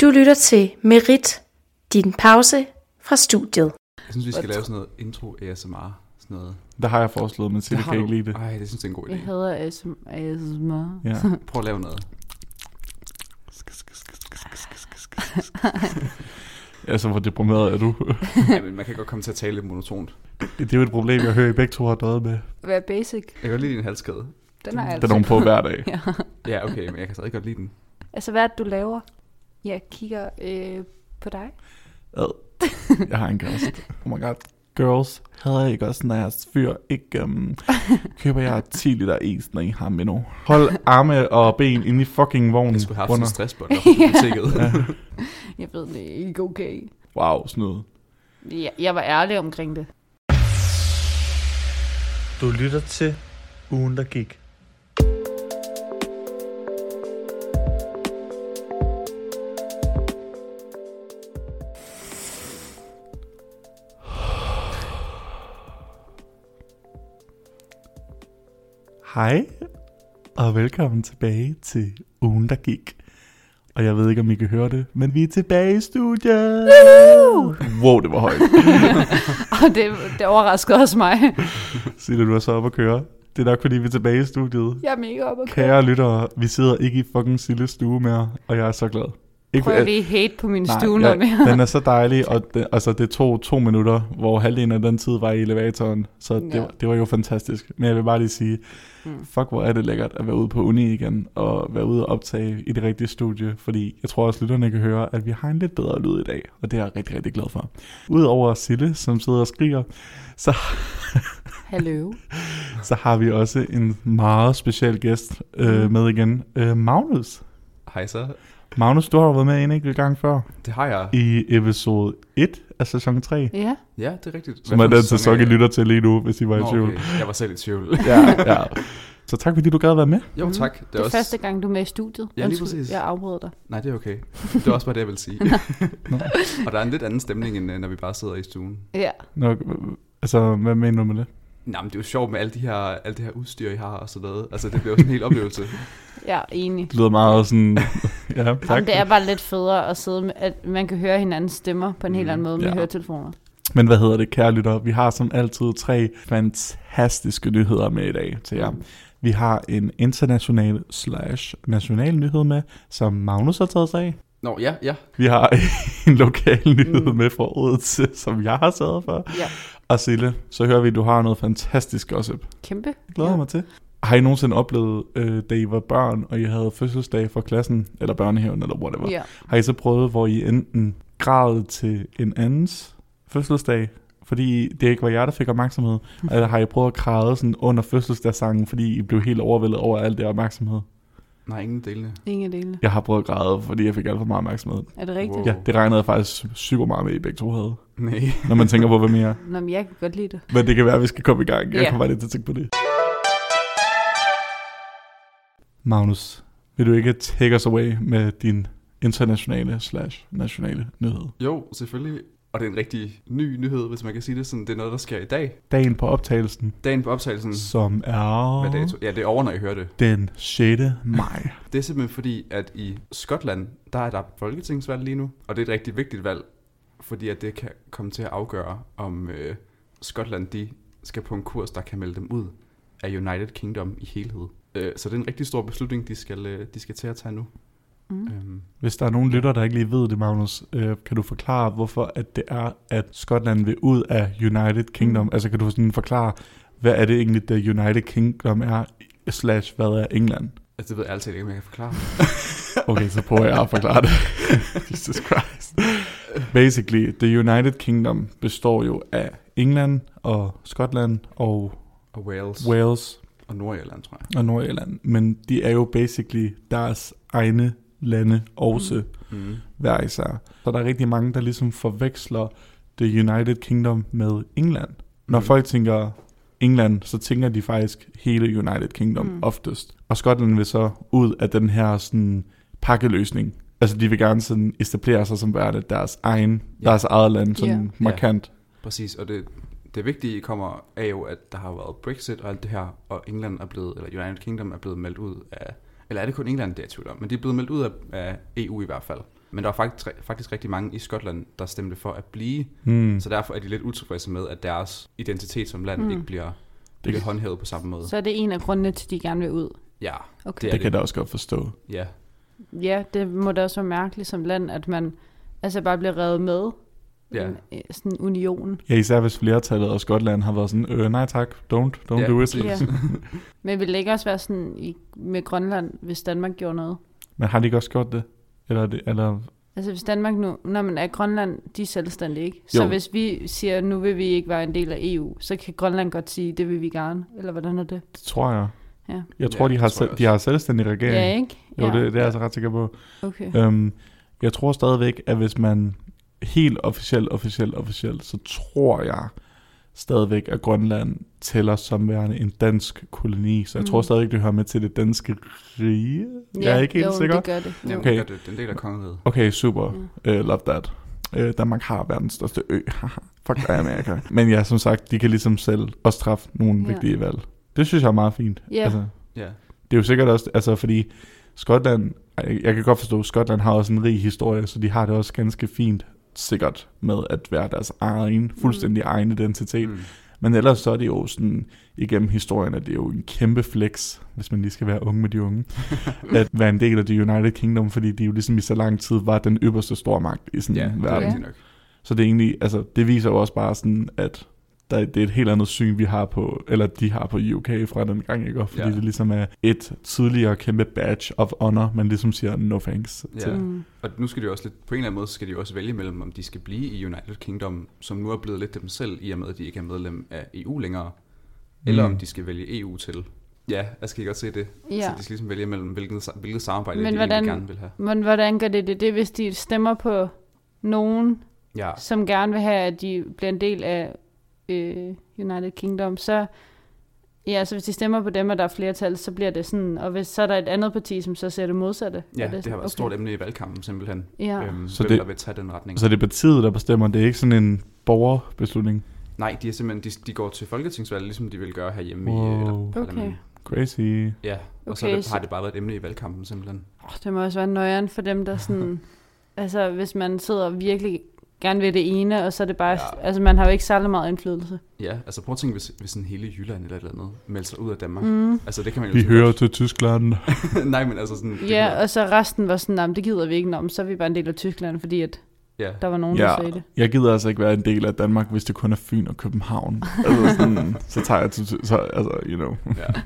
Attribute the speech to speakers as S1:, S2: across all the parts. S1: Du lytter til Merit, din pause fra studiet.
S2: Jeg synes, vi skal lave sådan noget intro ASMR. Sådan noget.
S3: Der har jeg foreslået, men Silje
S2: Det har
S3: kan ikke
S2: du-
S3: lide det.
S2: Ej, det synes jeg er en god idé.
S4: Jeg hader ASM- ASMR.
S3: Ja.
S2: Prøv at lave noget.
S3: Altså, hvor deprimeret er du?
S2: Ja, men man kan godt komme til at tale lidt monotont.
S3: det er jo et problem, jeg hører, I begge to har døjet med.
S2: Altså.
S4: Hvad er basic?
S2: Jeg kan godt lide din halskæde.
S4: Den er
S3: Der
S4: altså.
S3: er nogen på hver dag.
S4: ja.
S2: Ja, okay, men jeg kan stadig godt lide den.
S3: Mm.
S4: Altså, hvad er det, du laver? Jeg kigger øh, på dig.
S3: Ad. Jeg har en kæreste. Oh my god. Girls, havde jeg ikke også, når jeres fyr ikke øhm, køber jeg 10 liter is, når I har med nu. Hold arme og ben inde i fucking vognen.
S2: Jeg skulle have haft
S3: Under.
S2: sådan en stressbånd op på biblioteket.
S4: Jeg ved det er ikke okay.
S3: Wow, snyd.
S4: Jeg, jeg var ærlig omkring det.
S5: Du lytter til ugen, der gik.
S3: Hej, og velkommen tilbage til ugen, der gik. Og jeg ved ikke, om I kan høre det, men vi er tilbage i studiet. Wow, det var højt.
S4: Og det, det overraskede også mig.
S3: Silje, du er så oppe at køre. Det er nok, fordi vi er tilbage i studiet.
S4: Jeg er mega op og
S3: Kære lyttere, vi sidder ikke i fucking Silles stue mere, og jeg er så glad. Ikke,
S4: Prøv lige hate på min stue noget mere.
S3: jeg, den er så dejlig, og det, altså, det tog to minutter, hvor halvdelen af den tid var i elevatoren, så ja.
S4: Ja.
S3: det, var- det var jo fantastisk. Men jeg vil bare lige sige,
S4: Mm.
S3: fuck hvor er det lækkert at være ude på uni igen, og være ude og optage i det rigtige studie, fordi jeg tror også, lytterne kan høre, at vi har en lidt bedre lyd i dag, og det er jeg rigtig, rigtig glad for. Udover Sille, som sidder og skriger,
S4: Hallo.
S3: så har vi også en meget speciel gæst øh, med igen, øh, Magnus.
S2: Hej så.
S3: Magnus, du har jo været med en enkelt gang før
S2: Det har jeg.
S3: i episode 1 af sæson 3,
S4: Ja.
S2: Ja, det er rigtigt.
S3: som er den sæson, I lytter til lige nu, hvis I var i
S2: Nå,
S3: tvivl.
S2: okay. Jeg var selv i tvivl.
S3: Ja, ja. Så tak fordi du gad være med.
S2: Jo, tak.
S4: Det er også... første gang, du er med i studiet.
S2: lige
S4: Undskyld,
S2: præcis.
S4: Jeg afbryder dig.
S2: Nej, det er okay. Det var også bare det, jeg ville sige. og der er en lidt anden stemning, end øh, når vi bare sidder i stuen.
S4: Ja.
S3: Nå, øh, altså, hvad mener du med det?
S2: Nej, men det er jo sjovt med alle de her, alt det her udstyr, I har og sådan noget. Altså, det bliver jo sådan en hel oplevelse.
S4: Jeg er enig.
S3: Det lyder meget sådan... ja, tak.
S4: Jamen, det er bare lidt federe at sidde med, at man kan høre hinandens stemmer på en mm, helt anden måde med
S3: ja.
S4: høretelefoner.
S3: Men hvad hedder det, kære lytter? Vi har som altid tre fantastiske nyheder med i dag til jer. Vi har en international slash national nyhed med, som Magnus har taget sig af.
S2: Nå, ja, ja.
S3: Vi har en lokal nyhed med fra året, som jeg har sørget for.
S4: Ja.
S3: Og Sille, så hører vi, at du har noget fantastisk gossip. Det
S4: Kæmpe.
S3: glæder jeg mig til. Har I nogensinde oplevet, øh, da I var børn, og I havde fødselsdag for klassen, eller børnehaven, eller whatever?
S4: Ja.
S3: Har I så prøvet, hvor I enten græd til en andens fødselsdag, fordi det ikke var jer, der fik opmærksomhed? Eller har I prøvet at græde sådan under fødselsdagssangen, fordi I blev helt overvældet over alt det opmærksomhed?
S2: Nej, ingen delene.
S4: Ingen dele.
S3: Jeg har prøvet at græde, fordi jeg fik alt for meget opmærksomhed.
S4: Er det rigtigt?
S2: Wow.
S4: Wow.
S3: Ja, det regnede jeg faktisk super meget med, I begge to havde,
S2: Nej.
S3: når man tænker på, hvad mere.
S4: Nå, men jeg kan godt lide det.
S3: Men det kan være, at vi skal komme i gang. Jeg
S4: Ja.
S3: kommer bare lidt til at tænke på det. Magnus, vil du ikke take us away med din internationale slash nationale nyhed?
S2: Jo, selvfølgelig. Og det er en rigtig ny nyhed, hvis man kan sige det sådan. Det er noget, der sker i dag.
S3: Dagen på optagelsen,
S2: Dagen på optagelsen.
S3: som er
S2: Mm. Hvad dato? Ja, det er over, når I hører det.
S3: den 6. maj.
S2: Det er simpelthen fordi, at i Skotland, der er der folketingsvalg lige nu. Og det er et rigtig vigtigt valg, fordi at det kan komme til at afgøre, om øh, Skotland de skal på en kurs, der kan melde dem ud af United Kingdom i helhed. Øh, så det er en rigtig stor beslutning, de skal, øh, de skal til at tage nu.
S4: Mm.
S2: Øhm,
S3: Hvis der er nogen lytter, der ikke lige ved det, Magnus, øh, kan du forklare, hvorfor at det er, at Skotland vil ud af United
S2: Mm.
S3: Kingdom? Altså kan du sådan forklare, hvad er det egentlig, det United Kingdom er, slash hvad er England?
S2: altså, det ved jeg altid ikke, om jeg kan forklare.
S3: Okay, så prøver jeg at forklare det. Jesus Christ. Basically, the United Kingdom består jo af England og Skotland og
S2: Og Wales. Wales.
S3: Wales
S2: Og Nordirland, tror jeg.
S3: og Nordirland. Men de er jo basically deres egne lande også.
S2: Mm.
S3: hver især. Så der er rigtig mange, der ligesom forveksler The United Kingdom med England. Når
S2: Mm.
S3: mm. folk tænker England, så tænker de faktisk hele United Kingdom mm.
S4: Mm.
S3: oftest. Og Skotland vil så ud af den her sådan, pakkeløsning. Altså de vil gerne sådan etablere sig som værende deres egen,
S2: Ja.
S3: yeah. deres eget land, sådan
S4: Ja.
S3: yeah. markant.
S2: Præcis, og det, det vigtige kommer af jo, at der har været Brexit og alt det her, og England er blevet, eller United Kingdom er blevet meldt ud af Eller er det kun England, det er jeg i tvivl om, men de er blevet meldt ud af, af EU i hvert fald. Men der var faktisk, faktisk rigtig mange i Skotland, der stemte for at blive,
S3: Hmm.
S2: så derfor er de lidt utilfredse med, at deres identitet som land
S4: Mm.
S2: mm. ikke bliver,
S3: Det
S2: bliver
S3: kan-
S2: håndhævet på samme måde.
S4: Så er det en af grundene til, at de gerne vil ud.
S2: Ja,
S4: Okay.
S2: det er
S3: Det kan
S2: det.
S3: jeg da også godt forstå.
S2: Ja,
S4: Ja, det må da også være mærkeligt som land, at man altså bare bliver revet med
S2: Ja.
S4: en, øh, sådan en union.
S3: Ja, især hvis flertallet af Skotland har været sådan, øh, nej tak, don't, don't
S2: Ja,
S3: do it.
S2: præcis.
S4: Ja. Men ville det ikke også være sådan i, med Grønland, hvis Danmark gjorde noget?
S3: Men har de ikke også gjort det? Eller, er det, eller
S4: Altså hvis Danmark nu, når man er Grønland, de er selvstændige, ikke? Så
S3: Jo.
S4: hvis vi siger, nu vil vi ikke være en del af EU, så kan Grønland godt sige, det vil vi gerne, eller hvordan er det?
S3: det tror jeg.
S4: Ja.
S3: Jeg
S2: Ja,
S3: tror, ja, de,
S2: det
S3: har,
S2: tror jeg
S3: selv, de har selvstændig regering.
S4: Ja, ikke?
S3: Jo,
S4: ja.
S3: det, det er jeg altså ret sikker på.
S4: Okay.
S3: Øhm, jeg tror stadigvæk, at hvis man helt officielt, officielt, officielt, så tror jeg stadigvæk, at Grønland tæller som værende en dansk koloni. Så jeg mm.
S4: Mm.
S3: tror stadigvæk, det hører med til det danske rige. jeg er ikke helt
S4: jo,
S3: sikker.
S4: det gør det.
S2: Jamen,
S3: Okay.
S2: okay. det, det er en del af kongeriget.
S3: Okay, super.
S4: Mm.
S3: Uh, love that. Uh, Danmark har verdens største ø. Haha. Fuck dig, Amerika. Men ja, som sagt, de kan ligesom selv også træffe nogle
S4: Ja.
S3: ja. vigtige valg. Det synes jeg er meget fint.
S4: Ja.
S3: Altså,
S2: Ja,
S3: det er jo sikkert også, altså fordi Skotland, jeg, jeg kan godt forstå, at Skotland har også en rig historie, så de har det også ganske fint sikkert med at være deres egen, fuldstændig egen identitet.
S2: Mm.
S3: Men ellers så er det jo sådan, igennem historien, at det er jo en kæmpe flex, hvis man lige skal være unge med de unge, at være en del af The United Kingdom, fordi de jo ligesom i så lang tid var den ypperste stormagt i sådan
S2: ja
S3: en
S2: det er
S3: verden.
S2: rigtigt nok.
S3: Så det er egentlig, altså det viser jo også bare sådan, at der, det er et helt andet syn, vi har på, eller de har på UK fra den gang, ikke? Og Fordi
S2: Ja.
S3: det ligesom er et tidligere kæmpe badge of honor, man ligesom siger no thanks
S2: Ja.
S3: til.
S4: Mm.
S2: Og nu skal de jo også lidt, på en eller anden måde skal de jo også vælge mellem, om de skal blive i United Kingdom, som nu er blevet lidt dem selv, i og med at de ikke er medlem af EU længere, eller
S3: Mm.
S2: om de skal vælge EU til. Ja, jeg skal I godt se det.
S3: Altså,
S4: Ja.
S2: Så de skal ligesom vælge mellem, hvilket, sa- hvilket samarbejde
S4: Men
S2: Men de hvordan...
S4: hvordan-
S2: egentlig gerne vil have.
S4: Men hvordan gør det det? Det er, hvis de stemmer på nogen,
S2: Ja,
S4: som gerne vil have, at de bliver en del af øh, United Kingdom, så ja, så hvis de stemmer på dem, og der er flertal, så bliver det sådan, og hvis så er der et andet parti, som så ser det modsatte.
S2: ja
S4: er
S2: det, det har været okay. et
S4: sådan?
S2: stort emne i valgkampen simpelthen.
S4: Ja.
S2: Øhm,
S3: Så
S2: så hvem
S3: det-
S2: det... der vil tage den retning.
S3: Så
S2: Så...
S3: det er partiet, der bestemmer, det er ikke sådan en borgerbeslutning.
S2: Nej, de, er simpelthen, de, de går til folketingsvalg, ligesom de vil gøre herhjemme i... øh,
S3: Wow,
S2: eller-
S4: Okay.
S3: crazy.
S2: Ja, og okay, så, er
S4: Okay,
S2: det,
S4: så-
S2: har det bare været et emne i valgkampen simpelthen.
S4: Oh, det må også være nøjeren for dem, der sådan... altså, hvis man sidder og virkelig gerne vil det ene, og så er det bare... Ja.
S2: Ja.
S4: Altså, man har jo ikke særlig meget indflydelse.
S2: Ja, altså prøv at tænke, hvis, hvis en hele Jylland eller et eller andet melder sig ud af Danmark. Mm.
S4: Mm.
S2: Altså det kan man jo
S3: Vi
S2: sådan
S3: hører
S2: godt-
S3: til Tyskland.
S2: Nej, men altså sådan... det kunne
S4: Ja,
S2: være-
S4: og så resten var sådan, "Nå, men det gider vi ikke, Nå, men så er vi bare en del af Tyskland, fordi at
S2: Ja,
S4: der var nogen, ja.
S3: Ja,
S4: der sagde det.
S3: jeg gider altså ikke være en del af Danmark, hvis det kun er Fyn og København. Altså sådan, så tager jeg til, så, altså, you know.
S2: ja.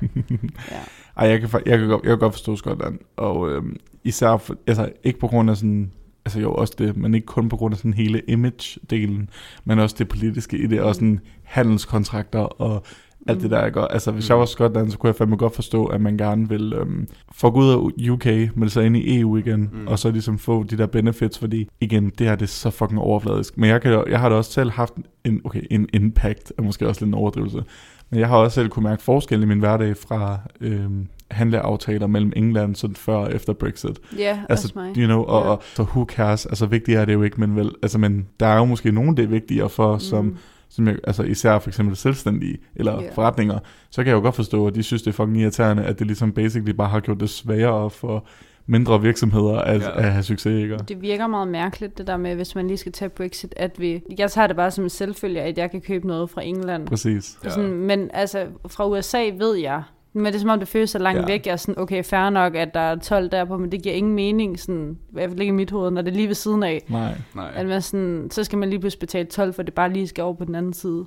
S4: Ja.
S3: Ej, jeg kan, fa- jeg kan, godt, jeg kan godt forstå Skotland, og øhm, især, for, altså ikke på grund af sådan, altså jo også det, men ikke kun på grund af sådan hele image-delen, men også det politiske i det, og sådan handelskontrakter og alt det der, jeg gør. Altså
S2: Mm.
S3: hvis jeg var Skotland, så kunne jeg fandme godt forstå, at man gerne vil øhm, få ud af UK, men så ind i EU igen, mm.
S2: Mm.
S3: og så ligesom få de der benefits, fordi igen, det her det er så fucking overfladisk. Men jeg, kan, jo- jeg har da også selv haft en, okay, en impact, er måske også lidt en overdrivelse, men jeg har også selv kunne mærke forskel i min hverdag fra øhm, handleaftaler mellem England sådan før og efter Brexit.
S4: Ja, altså, også
S3: Altså,
S4: mig.
S3: you know, og,
S4: Ja.
S3: og så who cares, altså vigtigere er det jo ikke, men vel, altså, men der er jo måske nogen, det er vigtigere for, mm. som, som jeg, altså især for eksempel selvstændige eller
S4: Ja.
S3: yeah. forretninger, så kan jeg jo godt forstå, at de synes, det er fucking irriterende, at det ligesom basically bare har gjort det sværere for mindre virksomheder at,
S2: Ja.
S3: yeah. at have succes, ikke?
S4: Det virker meget mærkeligt, det der med, hvis man lige skal tage Brexit, at vi... Jeg tager det bare som en selvfølge, at jeg kan købe noget fra England.
S3: Præcis.
S4: Ja. Sådan, men altså, fra USA ved jeg, men det er som om, det føles så langt
S3: Ja.
S4: ja. væk. Jeg er sådan, okay, fair nok, at der er 12 derpå, men det giver ingen mening, sådan, i hvert fald ikke i mit hoved, når det er lige ved siden af.
S3: Nej.
S2: Nej.
S4: At man sådan, så skal man lige pludselig betale 12, for det bare lige skal over på den anden side.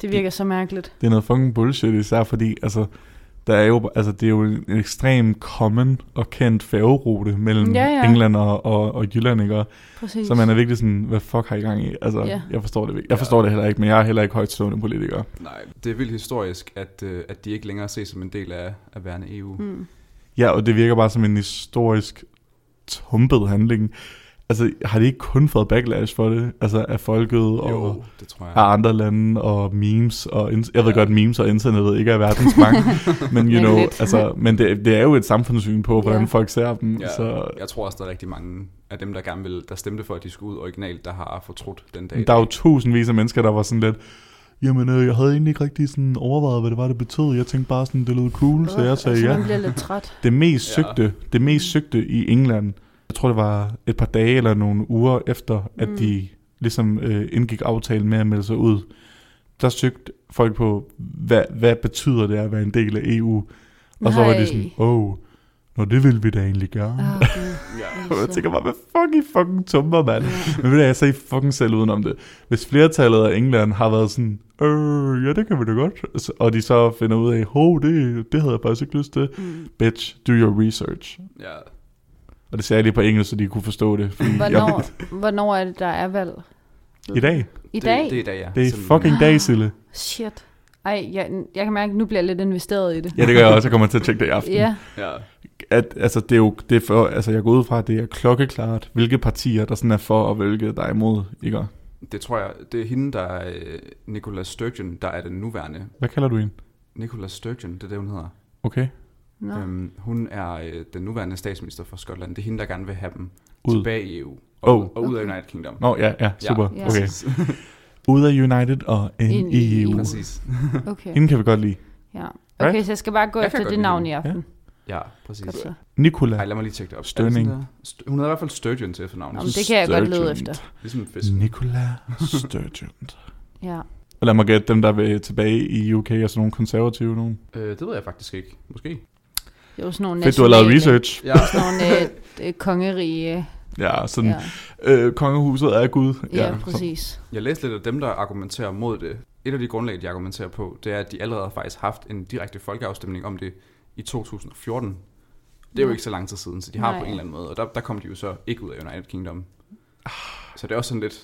S4: Det virker så mærkeligt.
S3: Det er noget fucking bullshit, især fordi, altså, der er jo, altså, det er jo en ekstrem common og kendt færgerute mellem
S4: Ja,
S3: ja,
S4: ja.
S3: ja. England og, og, og Jylland, ikke?
S4: Præcis.
S3: Så man er virkelig sådan, hvad fuck har I gang i? Altså,
S4: Ja.
S3: ja. jeg forstår det ikke. Jeg forstår det heller ikke, men jeg er heller ikke højtstående politiker.
S2: Nej, det er vildt historisk, at, øh, at de ikke længere ses som en del af, af værende EU. Mm.
S4: Mm.
S3: Ja, og det virker bare som en historisk tumpet handling. Altså, har det ikke kun fået backlash for det? Altså, af folket og
S2: Jo, det tror jeg.
S3: af andre lande og memes og... In- jeg ved godt, memes og internettet ikke er verdens mange, men you
S4: Men
S3: know,
S4: lidt.
S3: altså, men det, det er jo et samfundssyn på, hvordan
S4: Ja.
S3: folk ser dem,
S2: Ja.
S3: så...
S2: Jeg tror også, der er rigtig mange af dem, der gerne vil, der stemte for, at de skulle ud originalt, der har fortrudt den dag. i
S3: Der er jo
S2: dag.
S3: tusindvis af mennesker, der var sådan lidt, jamen øh, jeg havde egentlig ikke rigtig sådan overvejet, hvad det var, det betød. Jeg tænkte bare sådan, det lød cool, så jeg sagde
S4: altså,
S3: ja.
S4: man bliver lidt træt.
S3: Det mest
S2: Ja.
S3: søgte, ja. det mest søgte i England, jeg tror det var et par dage eller nogle uger efter, at
S4: Mm.
S3: mm. de ligesom øh, indgik aftalen med at melde sig ud, der søgte folk på, hvad, hvad betyder det at være en del af EU? Og så var
S4: Nej. Ah,
S3: det sådan, åh, oh, nå det vil vi da egentlig gerne.
S4: Åh, Gud. altså.
S2: Ja.
S3: Og jeg tænker bare, hvad fuck I fucking tumper, mand? Men ved du, jeg sagde fucking selv udenom det. Hvis flertallet af England har været sådan, øh, ja, det kan vi da godt. Så- Og de så finder ud af, hov, det, det havde jeg faktisk ikke lyst til.
S4: Mm.
S3: Bitch, do your research.
S2: ja.
S3: Og det sagde jeg lige på engelsk, så de kunne forstå det. fordi jeg-
S4: Hvornår, hvornår er det, der er valg?
S3: I dag.
S4: I dag?
S2: Det, det er i dag, ja.
S3: Det er
S2: Simpelthen.
S3: fucking dag, Sille.
S4: Shit. Ej, jeg, jeg kan mærke, at nu bliver jeg lidt investeret i det.
S3: Ja, det gør jeg også. Jeg kommer til at tjekke det i aften.
S4: Ja,
S2: Ja.
S3: At, altså, det er jo, det er for, altså, jeg går ud fra, at det er klokkeklart, hvilke partier, der sådan er for, og hvilke, der er imod. Ikke?
S2: Det tror jeg, det er hende, der er øh, Nicola Sturgeon, der er den nuværende.
S3: Hvad kalder du en?
S2: Nicola Sturgeon, det er det, hun hedder.
S3: Okay.
S4: Nå.
S2: Ja. Øhm, hun er øh, den nuværende statsminister for Skotland. Det er hende, der gerne vil have dem
S3: Ud.
S2: ud. tilbage i EU. Og,
S3: Oh.
S2: og ud af
S4: Okay.
S2: United Kingdom.
S3: Nå, ja, ja,
S2: Ja.
S3: super.
S4: Ja.
S3: Okay. Ud af United og ind,
S4: Ind i
S3: i EU.
S4: EU.
S2: Præcis.
S4: okay.
S3: Hende kan vi godt lide.
S4: Ja.
S3: Right?
S4: Okay, så jeg skal bare gå
S2: Jeg kan
S4: efter
S2: godt
S4: det
S2: lide
S4: navn i
S2: den.
S4: aften. Altså.
S2: Ja, præcis.
S4: Godt så.
S3: Nicola.
S2: Ej, lad mig lige tjekke det op. Er det
S3: Stirning.
S2: sådan der? St- hun havde i hvert fald Sturgeon til efternavn.
S4: Jamen, det kan jeg godt lede
S3: Sturgeon.
S4: efter.
S2: Ligesom en fisk.
S3: Nicola Sturgeon.
S4: Ja.
S3: Og Lad mig gætte dem, der vil tilbage i UK, er sådan nogle konservative nogen.
S2: Øh, det ved jeg faktisk ikke. Måske.
S4: Det er jo sådan nogle
S3: Fedt, du har lavet
S4: nationale-
S3: research.
S2: Ja.
S4: Sådan nogle øh, øh, kongerige.
S3: Ja, sådan,
S4: Ja,
S3: ja. Øh, kongehuset er Gud.
S4: ja præcis.
S2: Jeg læste lidt af dem, der argumenterer mod det. Et af de grundlag, de argumenterer på, det er, at de allerede har faktisk haft en direkte folkeafstemning om det i 2014. Det er jo
S4: Nå.
S2: ikke så lang tid siden, så de har
S4: Nej.
S2: på en eller anden måde. Og der, der kom de jo så ikke ud af United Kingdom. Så det er også sådan lidt...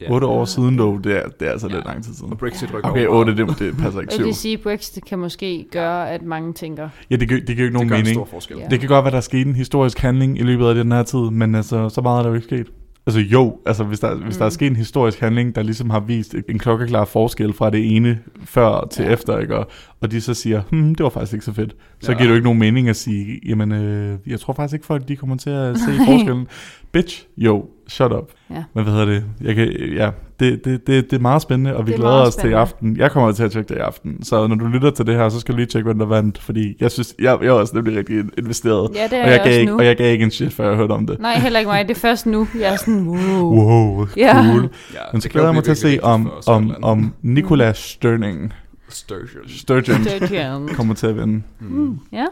S3: Ja. 8 år siden dog, det er, det er altså
S2: Ja.
S3: lidt lang tid siden.
S2: Og Brexit rykker
S3: Okay,
S2: over.
S3: 8, det, det passer ikke
S4: Jeg
S3: 7.
S4: vil sige, at Brexit kan måske gøre, at mange tænker,
S3: Ja, det gør, det gør ikke
S2: det
S3: nogen
S2: gør en
S3: mening.
S2: stor forskel.
S4: Ja.
S2: Ja.
S3: Det kan godt være, der er sket en historisk handling i løbet af den her tid, men altså, så meget er der jo ikke sket. Altså jo, altså hvis der, hvis der er
S4: Mm.
S3: sket en historisk handling, der ligesom har vist en klokkeklar forskel fra det ene før til
S4: Ja.
S3: ja. efter, ikke? Og, og de så siger, hmm, det var faktisk ikke så fedt,
S2: Ja.
S3: så ja. giver det jo ikke nogen mening at sige, jamen øh, jeg tror faktisk ikke folk, de kommer til at se forskellen. Bitch, jo, shut up.
S4: Ja.
S3: Men hvad hedder det? Jeg kan, ja, det, det, det, det er meget spændende, og
S4: Det
S3: vi
S4: er
S3: glæder
S4: meget
S3: os til i
S4: spændende.
S3: aften. Jeg kommer til at tjekke det i aften, så når du lytter til det her, så skal du lige tjekke, hvem der vandt, fordi jeg synes, jeg, jeg er også nemlig rigtig investeret.
S4: ja, det er jeg,
S3: Og jeg, gav
S4: også
S3: ikke,
S4: nu.
S3: og jeg gav ikke en shit, før jeg hørte om det.
S4: Nej, heller ikke mig. Det er først nu. Jeg er sådan, wow.
S3: Wow,
S4: Ja.
S3: cool.
S2: Ja,
S3: Men
S2: det
S3: så
S2: kan
S3: glæder
S2: jo
S3: jeg
S2: blive
S3: mig til at se,
S2: virkelig
S3: om,
S2: vigtigt for
S3: om,
S2: Skotland.
S3: om Nicola Stirning,
S2: Sturgeon.
S3: Sturgeon
S4: Sturgeon.
S3: kommer til at vinde.
S2: Mm.
S4: Ja.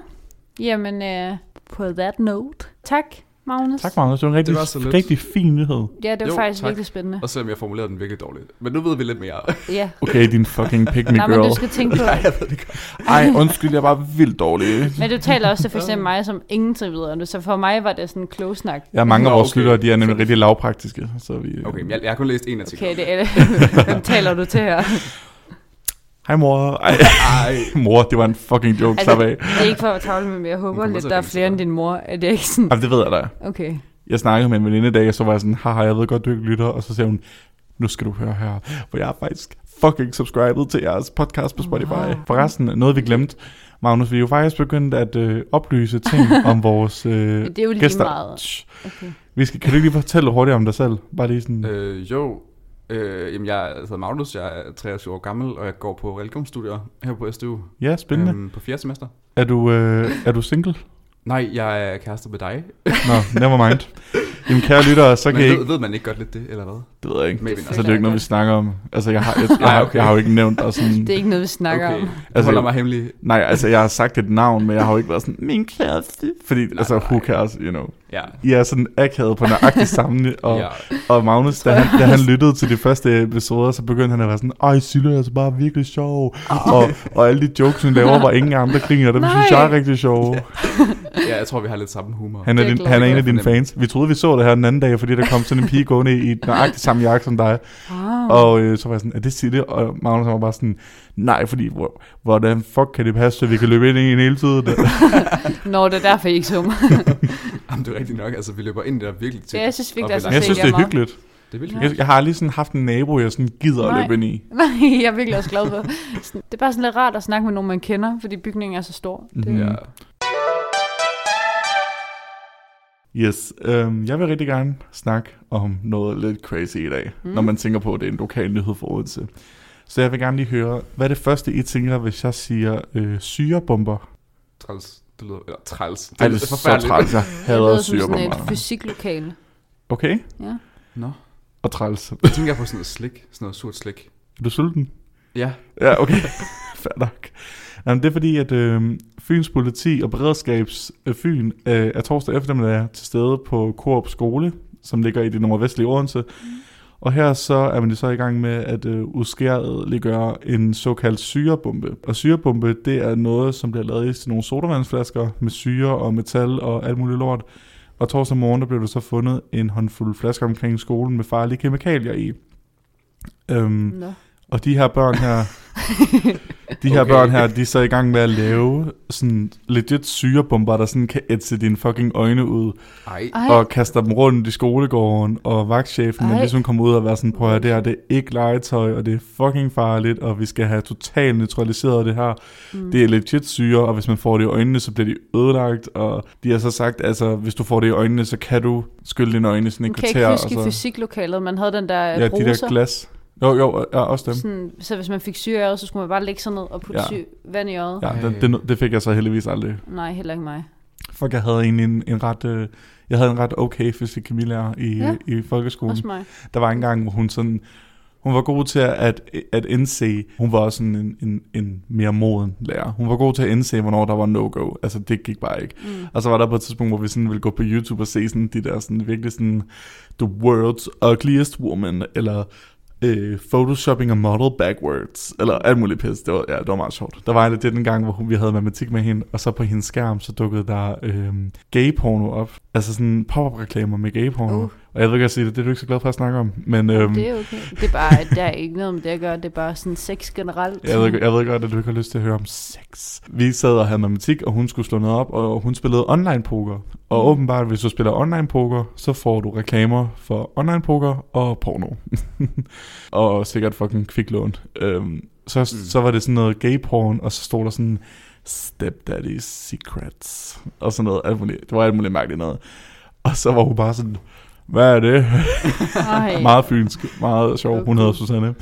S4: Jamen, øh, på that note. Tak, Magnus.
S3: Tak, Magnus. Det var en rigtig,
S2: Det var så lidt.
S3: rigtig fin nyhed.
S4: Ja, det var
S2: Jo,
S4: faktisk
S2: tak.
S4: virkelig spændende.
S2: Og selvom jeg formulerede den virkelig dårligt. Men nu ved vi lidt mere.
S4: Ja.
S3: Okay, din fucking pick me
S4: Nej, men
S3: girl.
S4: du skal tænke på,
S2: jeg ved det godt.
S3: Ej, undskyld, jeg var vildt dårlig.
S4: men du taler også til for eksempel mig, som ingen til videre. Så for mig var det sådan en klog snak.
S3: Ja, mange af
S2: Nå,
S3: vores
S2: okay.
S3: lyttere, de er nemlig rigtig lavpraktiske. Så vi,
S2: Okay, men jeg, jeg har kun læst en artikel.
S4: Okay, det er Hvem taler du til her?
S3: Hej, mor. Ej,
S2: Ej,
S3: mor, det var en fucking joke.
S4: Altså-
S3: Slap af.
S4: Det er ikke for at tavle med, men jeg håber
S2: Hun kommer
S4: lidt,
S2: til at
S4: der er
S2: finde
S4: flere
S2: sig.
S4: end din mor. Er det ikke sådan?
S3: Jamen, det ved jeg da.
S4: Okay.
S3: Jeg snakkede med en veninde i dag, og så var jeg sådan, haha, jeg ved godt, du ikke lytter. Og så siger hun, nu skal du høre her, hvor jeg er faktisk fucking subscribed til jeres podcast på Spotify.
S4: Wow.
S3: Wow. Forresten, noget vi glemte. Magnus, vi er jo faktisk begyndt at øh, oplyse ting om vores øh,
S4: Men det er jo lige
S3: gæster.
S4: meget.
S3: Shh.
S4: Okay.
S3: Vi skal, kan du ikke lige fortælle hurtigt om dig selv? Bare lige sådan, øh.
S2: Øh, jo, øh, jamen jeg hedder Magnus, jeg er 23 år gammel, og jeg går på religionsstudier her på SDU.
S3: ja, spændende.
S2: Øhm, på fjerde semester.
S3: Er, du, øh, er du single?
S2: Nej, jeg er kærester med dig.
S3: Nå, never mind. Jamen kære lyttere, så
S2: Men
S3: kan I
S2: ved,
S3: ikke...
S2: ved man ikke godt lidt det, eller hvad?
S3: Det ved jeg ikke.
S2: Maybe
S4: Det
S2: not.
S3: Altså, det er jo ikke noget, vi snakker om. Altså, jeg har, jeg, jeg,
S2: Nej,
S3: har,
S2: okay.
S3: jeg har jo ikke nævnt dig sådan...
S4: Det er ikke noget, vi snakker okay.
S2: okay.
S4: om.
S2: Altså,
S3: Altså,
S2: holder mig hemmelig.
S3: Nej, altså jeg har sagt et navn, men jeg har jo ikke været sådan, min kæreste. Fordi, nej, altså, who cares, you know.
S2: Ja.
S3: I er sådan akavet på nøjagtigt sammen, og,
S2: ja.
S3: ja. og Magnus, da han, da han lyttede til de første episoder, så begyndte han at være sådan, ej, Silla er altså bare virkelig sjov, og, og alle de jokes, hun laver, var ingen andre griner, dem
S4: Ah. Nej.
S3: synes jeg er rigtig sjove.
S2: ja, jeg tror, vi har lidt samme humor.
S3: Han er,
S4: Det er
S3: din,
S4: glad
S3: han er en
S4: for.
S3: af dine fans. Vi troede, vi så det her den anden dag, fordi der kom sådan en pige gående i et nøjagtigt samme jakke som dig.
S4: Wow.
S3: Og øh, så var jeg sådan, er det Sille? Og Magnus han var bare sådan, nej, fordi hvor- hvordan fuck kan det passe, at vi kan løbe ind i en hele tiden?
S4: Nå, det er derfor, I ikke summer.
S2: Jamen, det er rigtigt nok. Altså, vi løber ind i det der virkelig til.
S4: Ja, jeg synes virkelig,
S2: Og
S4: altså,
S2: vi
S3: Men jeg synes,
S4: jeg
S3: det er
S4: meget.
S3: hyggeligt.
S2: Det er vildt.
S4: Nå.
S2: Ja.
S3: Jeg, jeg har aldrig sådan haft en nabo, jeg sådan gider
S4: Nej.
S3: at løbe ind i.
S4: Nej, jeg er virkelig også glad for. Sådan- Det er bare sådan lidt rart at snakke med nogen, man kender, fordi bygningen er så stor. Det,
S3: Mhm.
S2: ja.
S3: Yes, øhm, jeg vil rigtig gerne snakke om noget lidt crazy i dag, mm. når man tænker på, at det er en lokal nyhed for Odense. Så jeg vil gerne lige høre, hvad er det første, I tænker, hvis jeg siger øh, syrebomber?
S2: Træls. Det lyder, eller træls.
S3: Ej, det er så træls. Jeg hader
S4: lyder som sådan et
S3: syrebomber.
S4: fysiklokale.
S3: Okay,
S4: Ja.
S2: Nå.
S3: og træls.
S2: Jeg tænker på sådan noget slik. Sådan noget surt slik.
S3: Er du sulten?
S2: Ja.
S3: Ja, okay. Fair nok. Jamen, det er fordi, at øh, Fyns politi og beredskabs øh, Fyn øh, er torsdag eftermiddag til stede på Coop Skole, som ligger i det nordvestlige Odense. Og her så er man jo så i gang med at øh, udskærliggøre en såkaldt syrebombe. Og syrebombe, det er noget, som bliver lavet i sådan nogle sodavandsflasker med syre og metal og alt muligt lort. Og torsdag morgen, der blev der så fundet en håndfuld flasker omkring skolen med farlige kemikalier i. Øhm,
S4: Nå.
S3: og de her børn her, de
S2: Okay.
S3: her okay. børn her, de er så i gang med at lave sådan legit syrebomber, der sådan kan ætse dine fucking øjne ud,
S2: Ej.
S4: Ej,
S3: og kaster dem rundt i skolegården, og vagtchefen er
S4: Ej.
S3: ligesom kommet ud og være sådan, prøv at høre, det her, det er ikke legetøj, og det er fucking farligt, og vi skal have totalt neutraliseret det her. Mm. Det er legit syre, og hvis man får det i øjnene, så bliver de ødelagt, og de har så sagt, altså, hvis du får det i øjnene, så kan du skylle dine øjne i sådan
S4: man
S3: et
S4: kan ikke
S3: kvarter, og
S4: huske i
S3: så...
S4: fysiklokalet, man havde den der
S3: Ja, de
S4: bruser.
S3: der glas. Jo, jo, ja, også dem.
S4: sådan, så hvis man fik syre i øjet, så skulle man bare lægge sig ned og putte
S3: Ja.
S4: ja. syg, vand i øjet. Ja.
S3: Ja, den, den, det fik jeg så heldigvis aldrig.
S4: Nej, heller ikke mig.
S3: Fuck, jeg havde egentlig en, en ret... Øh, jeg havde en ret okay fysikkemilærer i, ja.
S4: Ja.
S3: i folkeskolen.
S4: Også mig.
S3: Der var en gang, hvor hun sådan... Hun var god til at, at indse... Hun var også sådan en, en, en mere moden lærer. Hun var god til at indse, hvornår der var no-go. Altså, det gik bare ikke.
S4: Mm.
S3: Og så var der på et tidspunkt, hvor vi sådan ville gå på YouTube og se sådan de der sådan virkelig sådan... The world's ugliest woman, eller... Øh, photoshopping a model backwards, eller alt muligt pis. Det var, ja, det var meget sjovt. Der var en af det den gang, hvor hun, vi havde matematik med hende, og så på hendes skærm, så dukkede der øh, gay-porno op. Altså sådan pop-up-reklamer med gay-porno.
S4: Uh.
S3: Og jeg ved godt sige det, det er du ikke så glad for at snakke om, men øhm,
S4: Det er okay. Det er bare, der er ikke noget med det at gøre, det er bare sådan sex generelt.
S3: jeg, ved, jeg ved godt, at du ikke har lyst til at høre om sex. Vi sad og havde matematik, og hun skulle slå noget op, og hun spillede online poker. Og
S4: Mm.
S3: åbenbart, hvis du spiller online poker, så får du reklamer for online poker og porno. og sikkert fucking kviklån. Øhm, så, mm. så var det sådan noget gay porn, og så stod der sådan stepdaddy's secrets, og sådan noget. Alt muligt. Det var alt muligt mærkeligt noget. Og så var hun bare sådan, hvad er det?
S4: Ej.
S3: meget fynsk, meget sjov. Hun hedder Susanne.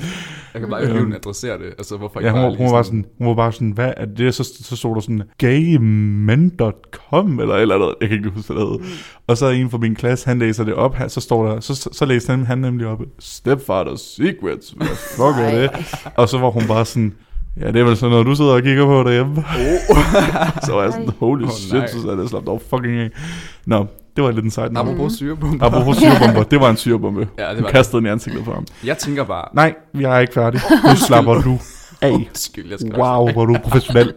S2: Jeg kan bare ikke lide,
S3: Øhm.
S2: hun adresserer det. Altså, hvorfor
S3: Ja,
S2: ikke
S3: hun, var-
S2: bare lige
S3: hun, var bare sådan, hun var bare sådan, hvad er det? Så, så stod der sådan, gaymen.com, eller et eller andet, jeg kan ikke huske, hvad det hed. Og så er en fra min klasse, han læser det op, han, så står der, så, så, så læste han, han nemlig op, Stepfather's Secrets, hvad fuck er det? Og så var hun bare sådan, ja, det er vel sådan noget, du sidder og kigger på derhjemme. så var jeg sådan,
S4: Ej.
S3: holy
S2: Åh, nej.
S3: shit, så sagde jeg, slap dog fucking af. Nå, det var lidt en sejt.
S2: Apropos mm. syrebomber.
S3: Apropos syrebomber, det var en syrebombe.
S2: Ja, det
S3: Hun
S2: var det.
S3: kastede den i ansigtet på ham.
S2: Jeg tænker bare...
S3: Nej, jeg er ikke færdig. Nu slapper du af.
S2: Undskyld, jeg skal også-
S3: Wow, hvor er du professionel.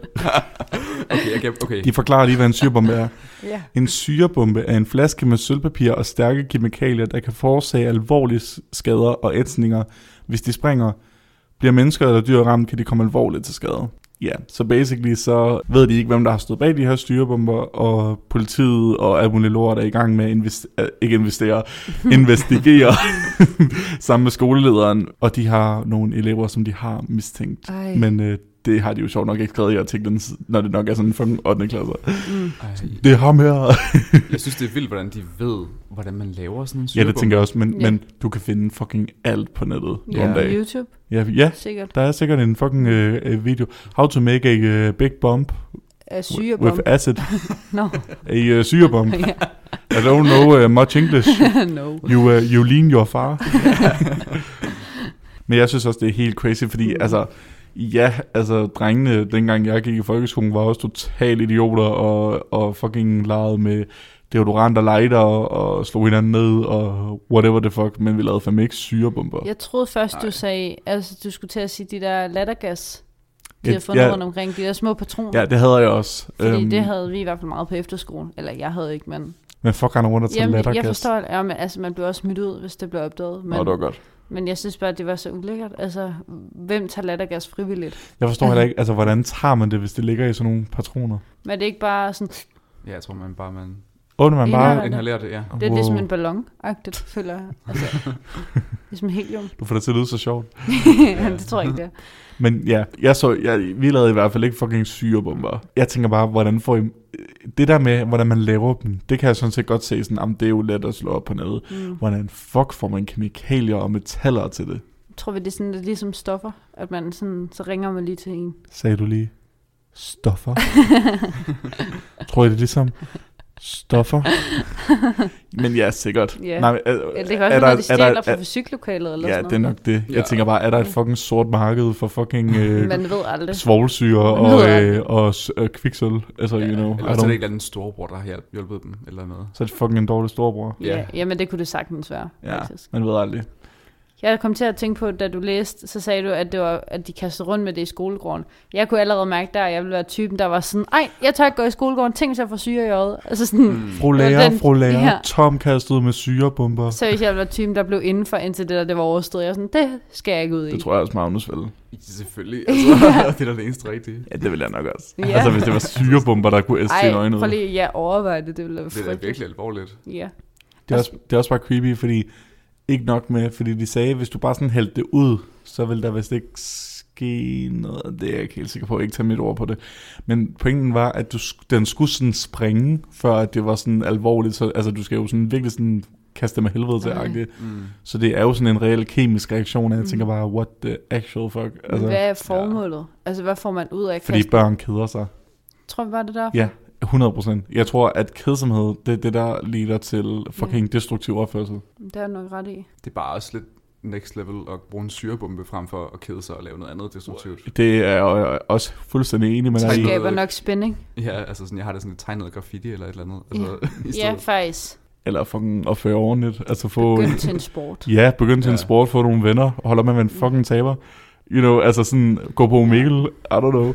S2: Okay, jeg kan, okay.
S3: De forklarer lige, hvad en syrebombe er.
S4: Ja.
S3: En syrebombe er en flaske med sølvpapir og stærke kemikalier, der kan forårsage alvorlige s- skader og ætsninger. Hvis de springer, bliver mennesker eller dyr ramt, kan de komme alvorligt til skade. Ja, så basically så ved de ikke, hvem der har stået bag de her styrebomber, og politiet og alt muligt lort er i gang med at invest- øh, ikke investere, investigere sammen med skolelederen, og de har nogle elever, som de har mistænkt.
S4: Ej.
S3: Men øh, det har de jo sjovt nok ikke skrevet i artiklen, s- når det nok er sådan fucking 8. klasse.
S2: Ej,
S3: Det er ham her.
S2: jeg synes, det er vildt, hvordan de ved, hvordan man laver sådan en
S3: ja,
S2: syrebombe.
S3: det tænker jeg også, men,
S4: Ja.
S3: men du kan finde fucking alt på nettet på
S4: Ja,
S3: en
S4: på
S3: dag.
S4: YouTube,
S3: Ja, ja,
S4: sikkert.
S3: der er sikkert en fucking øh, øh, video. How to make a øh, big bump
S4: Af
S3: wi-
S4: syrebom.
S3: with acid.
S4: No.
S3: A uh, syrebomb.
S4: ja.
S3: I don't know uh, much English.
S4: no.
S3: You, uh, you lean your far. Men jeg synes også, det er helt crazy, fordi
S4: Mm.
S3: altså, ja, altså drengene, dengang jeg gik i folkeskolen, var også totalt idioter og, og fucking legede med deodorant og lighter og, og slog hinanden ned og whatever the fuck, men vi lavede fandme ikke syrebomber.
S4: Jeg troede først, du
S2: Ej.
S4: sagde, altså du skulle til at sige de der lattergas, de
S3: Ja,
S4: har fundet
S3: ja.
S4: rundt omkring, de der små patroner.
S3: Ja, det havde jeg også.
S4: Fordi
S3: Øhm,
S4: det havde vi i hvert fald meget på efterskolen. Eller jeg havde ikke, men...
S3: Men fuck, han er rundt og tager
S4: Jamen,
S3: lattergas.
S4: jeg forstår, ja, men, altså, man blev også smidt ud, hvis det blev opdaget. Men,
S3: Nå, det var godt.
S4: men jeg synes bare, det var så ulækkert. Altså, hvem tager lattergas frivilligt?
S3: Jeg forstår heller ikke, altså hvordan tager man det, hvis det ligger i sådan nogle patroner?
S4: Men det er ikke bare sådan...
S2: Ja, jeg tror, man bare man
S3: Åbner man bare...
S4: Indånder.
S2: inhalerer det,
S3: Oh,
S2: ja.
S4: Det er wow. ligesom
S3: Wow.
S4: en ballon-agtigt, føler jeg. Altså, ligesom helium.
S3: Du får det til at lyde så sjovt.
S4: ja, det tror jeg ikke, det er.
S3: Men ja, jeg så, jeg, vi lavede i hvert fald ikke fucking syrebomber. Jeg tænker bare, hvordan får I... Det der med, hvordan man laver dem, det kan jeg sådan set godt se sådan, jamen, det er jo let at slå op på nettet.
S4: Mm.
S3: Hvordan fuck får man kemikalier og metaller til det?
S4: tror vi, det er sådan lidt ligesom stoffer, at man sådan, så ringer man lige til en.
S3: Sagde du lige stoffer? Tror I, det er ligesom stoffer? Men ja, sikkert.
S4: Ja.
S3: Nej, men, er,
S4: Eller det kan også være,
S3: er der-
S4: når de
S3: er der-
S4: stjæler
S3: er-
S4: fra fysiklokalet eller
S3: Ja,
S4: sådan
S3: det er nok det. Jeg
S2: Ja.
S3: tænker bare, er der et fucking sort marked for fucking øh,
S4: noget. Man ved aldrig.
S3: svovlsyre
S4: Man ved
S3: og,
S4: aldrig.
S3: øh, og s- øh, kviksøl? Altså, you know.
S2: Eller
S3: I
S2: også er det en
S3: don't,
S2: eller anden storebror, der har hjælp- hjulpet dem, eller noget.
S3: så er det fucking en dårlig storebror.
S2: Ja.
S4: Ja, jamen det kunne det sagtens være, ja. faktisk. Mm.
S3: man ved aldrig.
S4: Jeg kom til at tænke på, da du læste, så sagde du, at, det var, at de kastede rundt med det i skolegården. Jeg kunne allerede mærke der, at jeg ville være typen, der var sådan, ej, jeg tør ikke gå i skolegården, tænk sig for syre i øjet. Altså sådan, mm.
S3: Fru
S4: Eller
S3: lærer,
S4: den-
S3: fru lærer,
S4: ja.
S3: Tom kastet med syrebomber.
S4: så hvis jeg var typen, der blev indenfor, indtil det der, det var overstået. Jeg var sådan, det skal jeg ikke ud i.
S3: tror jeg også, Magnus ville.
S2: Ja, Selvfølgelig. Altså, det er da det eneste rigtige.
S3: Ja, det ville jeg nok også.
S4: Ja.
S3: Ja. Altså, hvis det var syrebomber, der kunne æste sine
S4: Ej,
S3: øjne ud.
S4: prøv lige, ja, overvej det, det ville være
S2: Det er da
S4: frygteligt.
S2: virkelig alvorligt.
S4: Ja.
S3: Det er, også, det er også bare creepy, fordi ikke nok med, fordi de sagde, hvis du bare sådan hældte det ud, så ville der vist ikke ske noget. Det er jeg ikke helt sikker på, jeg ikke tage mit ord på det. Men pointen var, at du, sk- den skulle sådan springe, før at det var sådan alvorligt. Så, altså, du skal jo sådan virkelig sådan kaste dem af helvede til. agtigt.
S2: Mm.
S3: Så det er jo sådan en reel kemisk reaktion, og jeg tænker bare, what the actual fuck?
S4: Altså, hvad er
S3: Ja.
S4: formålet? Ja. Altså, hvad får man ud af at
S3: Fordi
S4: kaste?
S3: børn keder sig.
S4: Tror vi bare det der?
S3: Ja, 100%. Jeg tror, at kedsomhed, det er det, der leder til fucking destruktiv opførsel.
S4: Det er du nok ret i.
S2: Det er bare også lidt next level at bruge en syrebombe frem for at kede sig og lave noget andet destruktivt.
S3: Det er jeg også fuldstændig enig med
S2: Tak.
S3: dig
S4: Det
S3: i.
S2: noget-
S4: skaber nok spænding.
S2: Ja, altså sådan, jeg har det sådan lidt tegnet graffiti eller et eller andet. Altså, i
S4: Ja,
S2: stedet.
S4: faktisk.
S3: Eller fucking at føre ordentligt. Altså få...
S4: Begynd til en sport.
S3: Ja, begynd til
S2: Ja.
S3: en sport, få nogle venner, holder med, at man fucking taber. You know, altså sådan, gå på Omegle, I don't know.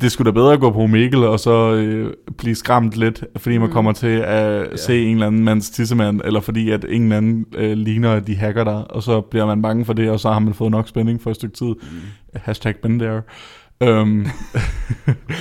S3: Det skulle da bedre at gå på Omegle, og så øh, blive skræmt lidt, fordi man
S4: Mm.
S3: kommer til at
S2: Ja.
S3: se en eller anden mands tissemand, eller fordi at en eller anden øh, ligner, at de hacker dig, og så bliver man bange for det, og så har man fået nok spænding for et stykke tid.
S2: Mm.
S3: Hashtag been there. Um,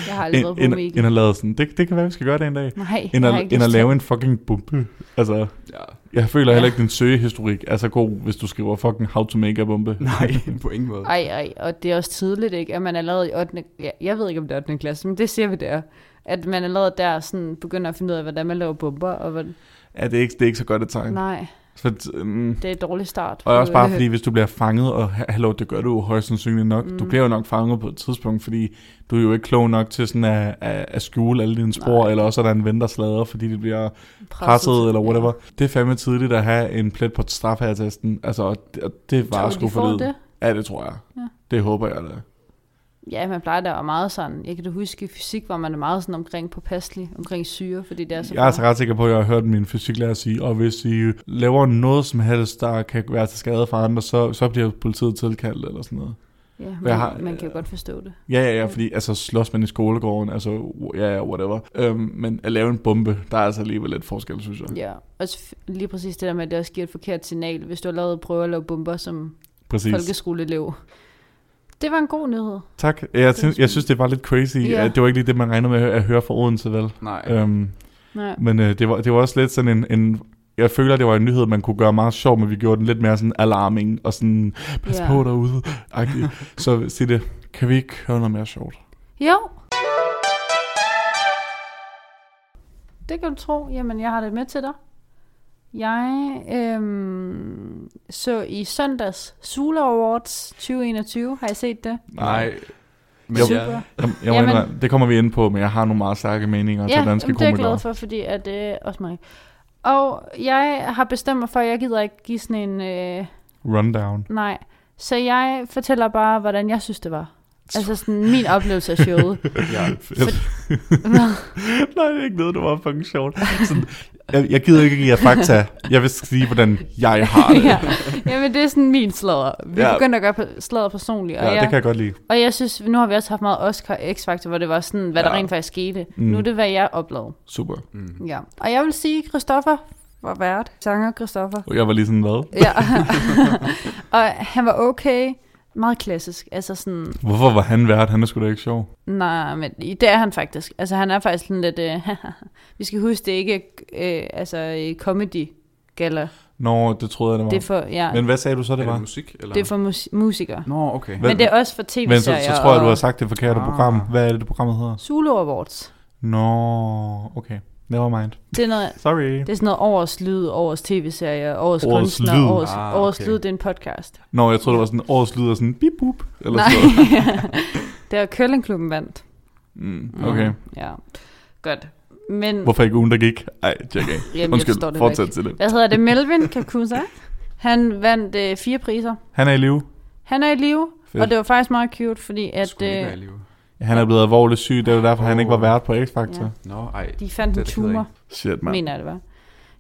S4: Jeg har aldrig været på
S3: ind, ind,
S4: Omega.
S3: ind at lave sådan, det, det kan være, vi skal gøre det en dag.
S4: Nej,
S3: end
S4: jeg har
S3: at,
S4: ikke
S3: end at
S4: lyst til
S3: lave en fucking bombe. Altså,
S2: Ja,
S3: jeg føler
S4: Ja.
S3: heller ikke, din søgehistorik er så god, hvis du skriver fucking how to make a bombe.
S2: nej, på ingen måde.
S4: Ej, ej, og det er også tidligt, ikke? At man allerede i 8. Ja, jeg ved ikke, om det er 8. klasse, men det siger vi der. At man allerede der sådan begynder at finde ud af, hvordan man laver bomber. Og hvordan...
S3: Ja, det er ikke, det er ikke så godt et tegn.
S4: Nej,
S3: For, um,
S4: det er et dårligt start.
S3: og også bare
S4: Øh,
S3: fordi, hvis du bliver fanget, og ha- hallo, det gør du jo højst sandsynligt nok. Mm. Du
S4: Mm.
S3: bliver jo nok fanget på et tidspunkt, fordi du er jo ikke klog nok til sådan at, at, at skjule alle dine spor,
S4: Nej.
S3: eller også er der en ven, der slader, fordi de bliver presset, eller whatever. Det er fandme tidligt at have en plet på strafhattesten. Altså, og det, og det
S4: Tror
S3: var
S4: du,
S3: sgu
S4: de får
S3: for lidt.
S4: det?
S3: Ja, det tror jeg.
S4: Ja.
S3: Det håber jeg da.
S4: Ja, man plejer da at være meget sådan. Jeg kan da huske, i fysik var man da meget sådan omkring påpasselig, omkring syre, fordi det er så
S3: Jeg er altså ret sikker på, at jeg har hørt min fysiklærer sige, og hvis I laver noget som helst, der kan være til skade for andre, så, så bliver politiet tilkaldt eller sådan noget.
S4: Ja, man,
S3: Jeg har-
S4: har, man kan jo godt forstå det.
S3: Ja, ja, ja, fordi altså slås man i skolegården, altså ja, ja, whatever. Øhm, men at lave en bombe, der er altså alligevel lidt forskel, synes jeg.
S4: Ja, og så f- lige præcis det der med, at det også giver et forkert signal, hvis du har lavet prøver at lave bomber som
S3: Præcis.
S4: folkeskoleelev. Det var en god nyhed.
S3: Tak. Jeg, synes, jeg synes, det var lidt crazy.
S4: Ja.
S3: Yeah. Det var ikke lige det, man regnede med at høre fra Odense, vel?
S2: Nej,
S3: Øhm,
S4: Nej.
S3: men øh, det, var, det var også lidt sådan en... en jeg føler, det var en nyhed, man kunne gøre meget sjov, men vi gjorde den lidt mere sådan alarming og sådan, pas
S4: Ja.
S3: på derude. -agtig. Så sig det, kan vi ikke høre noget mere sjovt?
S4: Jo. Det kan du tro. Jamen, jeg har det med til dig. Jeg øhm, så i søndags Sula Awards 2021. Har I set det?
S2: nej. Men
S3: Jo.
S2: ja,
S3: Jeg, jeg må
S4: Jamen.
S3: indrømme, det kommer vi ind på, men jeg har nogle meget stærke meninger til danske
S4: jamen, det er jeg glad
S3: komikere.
S4: for, fordi at, øh, også mig. Og jeg har bestemt mig for, at jeg gider ikke give sådan en... Øh,
S3: Rundown.
S4: nej. Så jeg fortæller bare, hvordan jeg synes, det var. Altså sådan min oplevelse af showet.
S2: ja.
S3: Nej, det er ikke noget, der var fucking sjovt. Sådan, jeg, jeg gider ikke give jer fakta. Jeg vil sige, hvordan jeg har det.
S4: ja. Jamen, det er sådan min sladder. Vi
S3: Ja.
S4: ja. begynder at gøre pe- sladder personligt. Og,
S3: Ja,
S4: jeg,
S3: det kan jeg godt lide.
S4: og jeg synes, nu har vi også haft meget Oscar og X-Factor, hvor det var sådan, hvad ja.
S3: Ja.
S4: der rent faktisk skete.
S3: Mm.
S4: Mm. Nu er det, hvad jeg oplevede.
S3: Super.
S2: Mm.
S4: Ja. Og jeg vil sige, Christoffer var vært. Sanger Christoffer.
S3: Og jeg var lige sådan, hvad?
S4: Ja. og han var okay. Meget klassisk. Altså sådan,
S3: Hvorfor var han vært? Han er sgu da ikke sjov.
S4: nej, men i- det er han faktisk. Altså han er faktisk sådan lidt, øh, vi skal huske, det er ikke øh, altså, comedy gala.
S3: Nå, det troede jeg, det var.
S4: Det er for, ja,
S3: Men hvad sagde du så,
S2: Er
S3: det var?
S2: det musik? Eller?
S4: det er for mus- musikere.
S2: Nå, okay.
S3: Hvad-
S4: Men det er også for
S3: Men så,
S4: tv-serier.
S3: så tror jeg,
S4: og-
S3: du har sagt det forkerte
S2: Ah.
S3: program. Hvad er det, det programmet hedder?
S4: Zulu Awards.
S3: Nå, okay. Nevermind.
S4: Det er, noget,
S3: Sorry.
S4: det er sådan noget årets lyd, årets tv-serie, årets,
S3: Årets
S4: kunstner,
S3: lyd.
S4: årets,
S2: Ah,
S4: ah, årets
S2: okay.
S4: lyd, det er en podcast.
S3: Nå, jeg tror det var sådan, årets lyder sådan, bip bup, eller
S4: Nej,
S3: sådan noget.
S4: det er Køllingklubben vandt.
S3: Mm, okay.
S4: Ja, godt. Men,
S3: Hvorfor ikke ugen, der gik? Ej, tjek af.
S4: Jamen,
S3: Undskyld,
S4: forstår det heller
S3: fortsæt
S4: ikke.
S3: til det.
S4: Hvad hedder det? Melvin Kakusa. Han vandt øh, fire priser.
S3: Han er i live.
S4: Han er i live,
S3: Fedt.
S4: og det var faktisk meget cute, fordi
S2: at...
S4: at,
S2: Skulle ikke være i
S4: øh,
S2: live.
S3: Han er blevet alvorligt syg, det var derfor, han ikke var
S2: Åh.
S3: vært på X-Factor.
S4: Ja.
S2: Nå, ej.
S4: de fandt
S2: Det er
S4: en
S2: det, jeg
S4: tumor.
S3: Shit, mand.
S4: mener jeg, det var.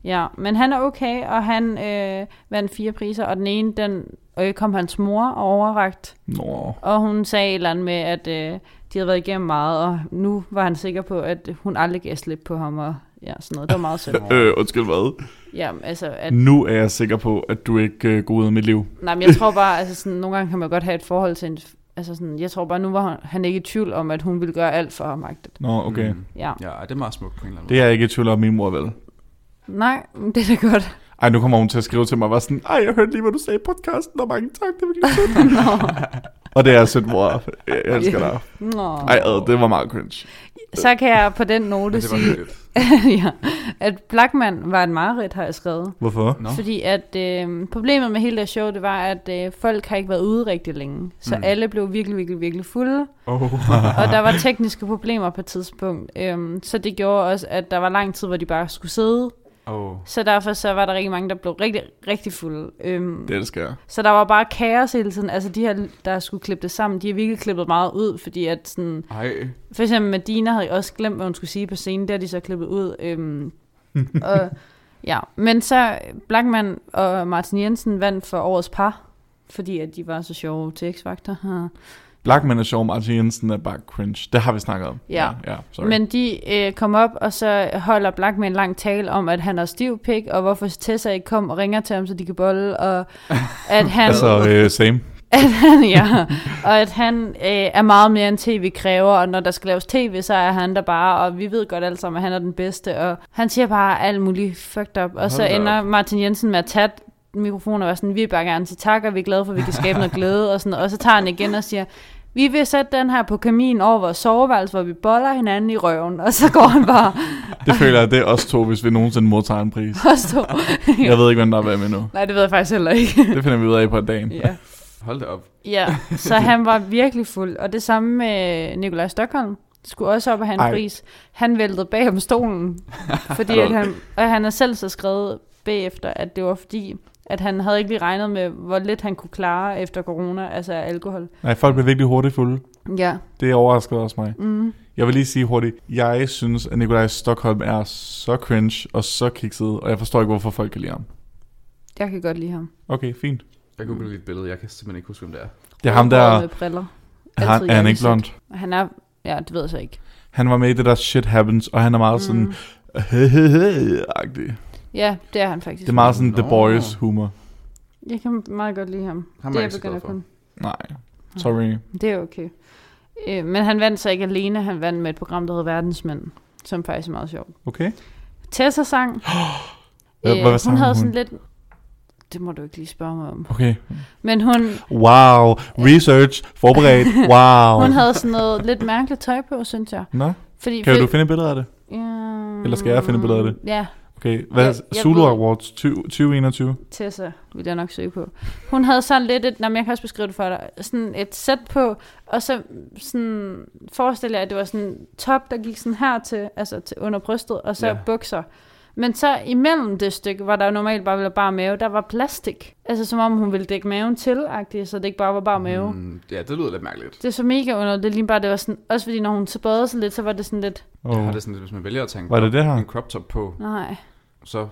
S4: Ja, men han er okay, og han øh, vandt fire priser, og den ene, den øh, kom hans mor og overragt,
S3: Nå.
S4: og hun sagde et eller andet med, at øh, de havde været igennem meget, og nu var han sikker på, at hun aldrig gav slip på ham, og ja, sådan noget. Det var meget sødt.
S3: Øh, undskyld hvad?
S4: Ja, altså, at,
S3: Nu er jeg sikker på, at du ikke øh, går ud af mit liv.
S4: nej, men jeg tror bare, altså sådan, nogle gange kan man godt have et forhold til en, altså sådan, jeg tror bare, nu var han, han ikke i tvivl om, at hun ville gøre alt for ham, agtigt.
S3: Nå, okay. Mm.
S2: Mm.
S4: Ja.
S2: Ja, det er meget smukt på en eller anden
S3: Det er jeg ikke i tvivl om, min mor vel.
S4: Nej, men det er da godt.
S3: Ej, nu kommer hun til at skrive til mig og var sådan, ej, jeg hørte lige, hvad du sagde i podcasten, og mange tak, det var virkelig sødt.
S4: Nå.
S3: og det er sødt, mor. Jeg elsker dig.
S4: Nå.
S3: Ej, ad, det var meget cringe.
S4: Så kan jeg på den
S2: måde.
S4: note
S2: Men det var
S4: sige,
S2: lidt.
S4: ja, at Blackman var en mareridt, har jeg skrevet.
S3: Hvorfor?
S2: Nå,
S4: Fordi at øh, problemet med hele det her show, det var, at øh, folk har ikke været ude rigtig længe. Så
S2: Mm.
S4: mm. alle blev virkelig, virkelig, virkelig fulde.
S2: oh.
S4: Og der var tekniske problemer på et tidspunkt. Øhm, så det gjorde også, at der var lang tid, hvor de bare skulle sidde.
S2: oh.
S4: Så derfor så var der rigtig mange, der blev rigtig, rigtig fulde. Øhm,
S3: Det elsker jeg.
S4: så der var bare kaos hele tiden. Altså de her, der skulle klippe det sammen, de har virkelig klippet meget ud, fordi at sådan...
S2: Ej,
S4: For eksempel Medina havde også glemt, hvad hun skulle sige på scenen. Der er de så klippet ud. Øhm, og, ja. Men så Blackman og Martin Jensen vandt for årets par, fordi at de var så sjove til X-Factor. Ja.
S3: Blackman er sjov, Martin Jensen er bare cringe. Det har vi snakket om.
S4: Ja.
S3: ja sorry.
S4: Men de øh, kom op, og så holder Blackman en lang tale om, at han er stiv pik, og hvorfor Tessa ikke kom og ringer til ham, så de kan bolle, og at han,
S3: altså, øh, same.
S4: at han, ja, og at han øh, er meget mere end tv kræver, og når der skal laves tv, så er han der bare, og vi ved godt alle sammen, at han er den bedste, og han siger bare alt muligt fucked up, og så
S2: Hold da
S4: ender Martin Jensen med at tage mikrofonen og være sådan, vi vil bare gerne sige tak, og vi er glade for, at vi kan skabe noget glæde, og, sådan, og så tager han igen og siger, vi vil sætte den her på kaminen over vores soveværelse, hvor vi boller hinanden i røven, og så går han bare
S3: Det føler jeg, det er os to, hvis vi nogensinde modtager en pris.
S4: og står.
S3: Jeg ved ikke, hvem der er hvad med nu.
S4: Nej, det ved jeg faktisk heller ikke.
S3: Det finder vi ud af på dagen.
S4: ja.
S2: hold da op.
S4: Ja, så han var virkelig fuld. Og det samme med Nikolaj Stockholm. Skulle også op og have en
S3: Ej.
S4: Ej. pris. Han væltede bag om stolen. Fordi at han, og han har selv så skrevet bagefter, at det var fordi, at han havde ikke lige regnet med, hvor lidt han kunne klare efter corona, altså af alkohol.
S3: Nej, folk bliver virkelig hurtigt fulde.
S4: Ja.
S3: Det overraskede også mig.
S4: Mm.
S3: Jeg vil lige sige hurtigt, jeg synes, at Nikolaj Stockholm er så cringe og så kikset, og jeg forstår ikke, hvorfor folk kan lide ham.
S4: Jeg kan godt lide ham.
S3: Okay, fint.
S2: Jeg
S3: Mm.
S2: googlede lige et billede, jeg kan simpelthen ikke huske, hvem det er.
S3: Det er ham der,
S4: Rødhåret Med briller. Altid
S3: han, er han ikke
S4: jakkesæt.
S3: blond?
S4: Han er, ja, det ved jeg så ikke.
S3: Han var med i det der Shit Happens, og han er meget sådan,
S4: Mm.
S3: hehehe-agtig.
S4: Ja, det er han faktisk.
S3: Det er meget sådan The
S2: Nå.
S3: Boys humor.
S4: Jeg kan meget godt lide ham.
S2: Ham er
S4: det
S2: jeg
S4: er
S2: ikke så glad for.
S4: kun.
S3: Nej, sorry.
S4: Det er okay. Øh, men han vandt så ikke alene, han vandt med et program, der hedder Verdensmænd, som faktisk er meget sjovt.
S3: Okay?
S4: Tessa sang. Øh,
S3: Hvad- hvad sang
S4: hun havde
S3: hun?
S4: sådan lidt... Det må du ikke lige spørge mig om.
S3: Okay.
S4: Men hun,
S3: Wow, research, forberedt, wow.
S4: hun havde sådan noget lidt mærkeligt tøj på, synes jeg.
S3: Nå,
S4: Fordi
S3: kan du finde et billede af det?
S4: Ja,
S3: Eller skal jeg finde billeder af det?
S4: Ja,
S3: Okay, hvad
S4: Jeg- jeg
S3: Zulu
S4: ved-
S3: Awards 20- 2021?
S4: Tessa vil jeg nok søge på. Hun havde sådan lidt et, nej, jeg kan også beskrive det for dig, sådan et sæt på, og så sådan, forestil jer, at det var sådan en top, der gik sådan her til, altså til under brystet, og så
S2: Ja.
S4: ja. bukser. Men så imellem det stykke, hvor der jo normalt bare ville bare mave, der var plastik. Altså som om hun ville dække maven til, så det ikke bare var bare mave. Mm.
S2: Mm, ja, det lyder lidt mærkeligt.
S4: Det er så mega under, det lignede bare, det var sådan, også fordi når hun så badede sig lidt, så var det sådan lidt,
S2: Jeg
S3: Oh.
S2: har det sådan lidt, hvis man vælger at tænke
S3: Var det det her?
S2: en crop top på,
S4: nej,
S2: så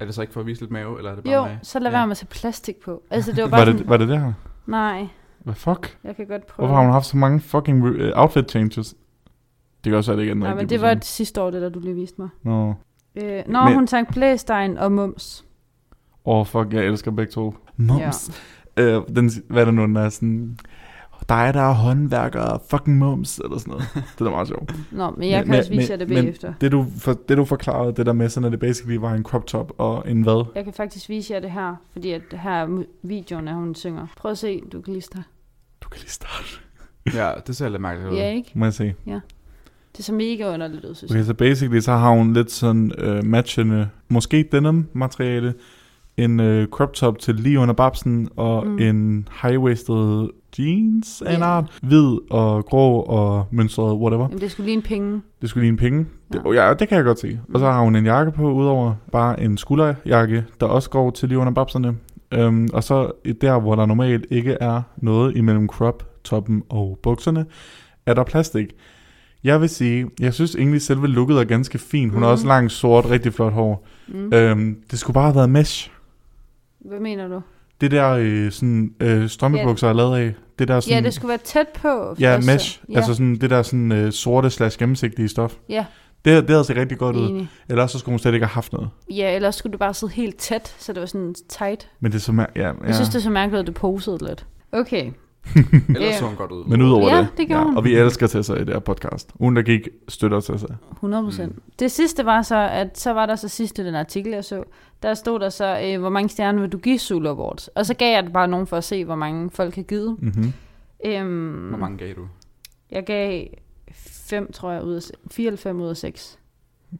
S2: er det så ikke for at vise lidt mave, eller er det bare
S4: jo,
S2: mig?
S4: så lad
S2: Ja.
S4: være med at tage plastik på. Altså det var bare
S3: Var
S4: sådan,
S3: det, var det det her?
S4: nej,
S3: Hvad fuck?
S4: jeg kan godt prøve.
S3: Hvorfor har hun haft så mange fucking re- øh, outfit changes? Det kan også være, det ikke er den
S4: Nej, men
S3: rigtige
S4: det var
S3: person.
S4: sidste år, det der du lige viste mig.
S3: Nå.
S4: Øh, når
S3: Men-
S4: men... hun sang Blæstein og Mums.
S3: Åh, oh, fuck, jeg elsker begge to. Mums. Ja. Øh, den, hvad er der nu, den er sådan... Dig, der er håndværker, fucking mums, eller sådan noget. Det er da meget sjovt.
S4: Nå, men jeg
S3: Men-
S4: kan
S3: men-
S4: også vise
S3: men-
S4: jer det
S3: men-
S4: bagefter.
S3: Det du, for, det, du forklarede, det der med, sådan at det basically var en crop top og en hvad?
S4: Jeg kan faktisk vise jer det her, fordi at her er mu- videoen, at hun synger. Prøv at se, du kan lige starte.
S3: Du kan lige starte.
S2: Ja, det ser lidt mærkeligt ud.
S4: Ja, ikke?
S3: Må jeg se?
S4: Det Det ser mega underligt ud, synes jeg.
S3: Okay, så basically så har hun lidt sådan øh, matchende, måske denim materiale, en øh, crop top til lige under babsen, og
S4: Mm.
S3: mm. en high-waisted jeans af en
S4: Ja.
S3: art, hvid og grå og mønstret, whatever.
S4: Jamen, det skulle lige en penge.
S3: Det skulle lige en penge. Det,
S4: Ja.
S3: oh, ja, det kan jeg godt se. Og så
S4: Mm.
S3: har hun en jakke på, udover bare en skulderjakke, der også går til lige under babserne. Øhm, og så der, hvor der normalt ikke er noget imellem crop-toppen og bukserne, er der plastik. Jeg vil sige, jeg synes egentlig selve looket er ganske fint. Hun har
S4: Mhm.
S3: også langt sort, rigtig flot hår.
S4: Mm.
S3: Øhm, det skulle bare have været mesh.
S4: Hvad mener du?
S3: Det der øh, sådan, øh, strømpebukser er lavet af. Det der sådan,
S4: Ja, det skulle være tæt på.
S3: ja
S4: først, så.
S3: mesh.
S4: Ja,
S3: Altså sådan, det der sådan, øh, sorte slash gennemsigtige stof.
S4: Ja.
S3: Det, det havde set rigtig godt ud.
S4: enig.
S3: Ellers så skulle hun slet ikke have haft noget.
S4: Ja, ellers skulle det bare sidde helt tæt, så det var sådan tight.
S3: Men det er så mær- ja, ja.
S4: Jeg synes, det er så mærkeligt, at det posede lidt. Okay.
S2: Ellers
S4: Ja.
S2: så hun godt ud.
S3: Men udover
S4: Ja,
S3: det.
S4: det gjorde hun.
S3: Og vi elsker Tessa i det her podcast. Hun, der gik, støtter Tessa.
S4: 100 procent. Mm. Det sidste var så, at så var der så sidst i den artikel, jeg så, der stod der så, øh, hvor mange stjerner vil du give Zulu Awards? Og så gav jeg det bare nogen for at se, hvor mange folk har givet.
S3: Mm-hmm.
S4: Øhm,
S2: Hvor mange gav du?
S4: Jeg gav 5, tror jeg, ud af, 4 eller 5 ud af 6.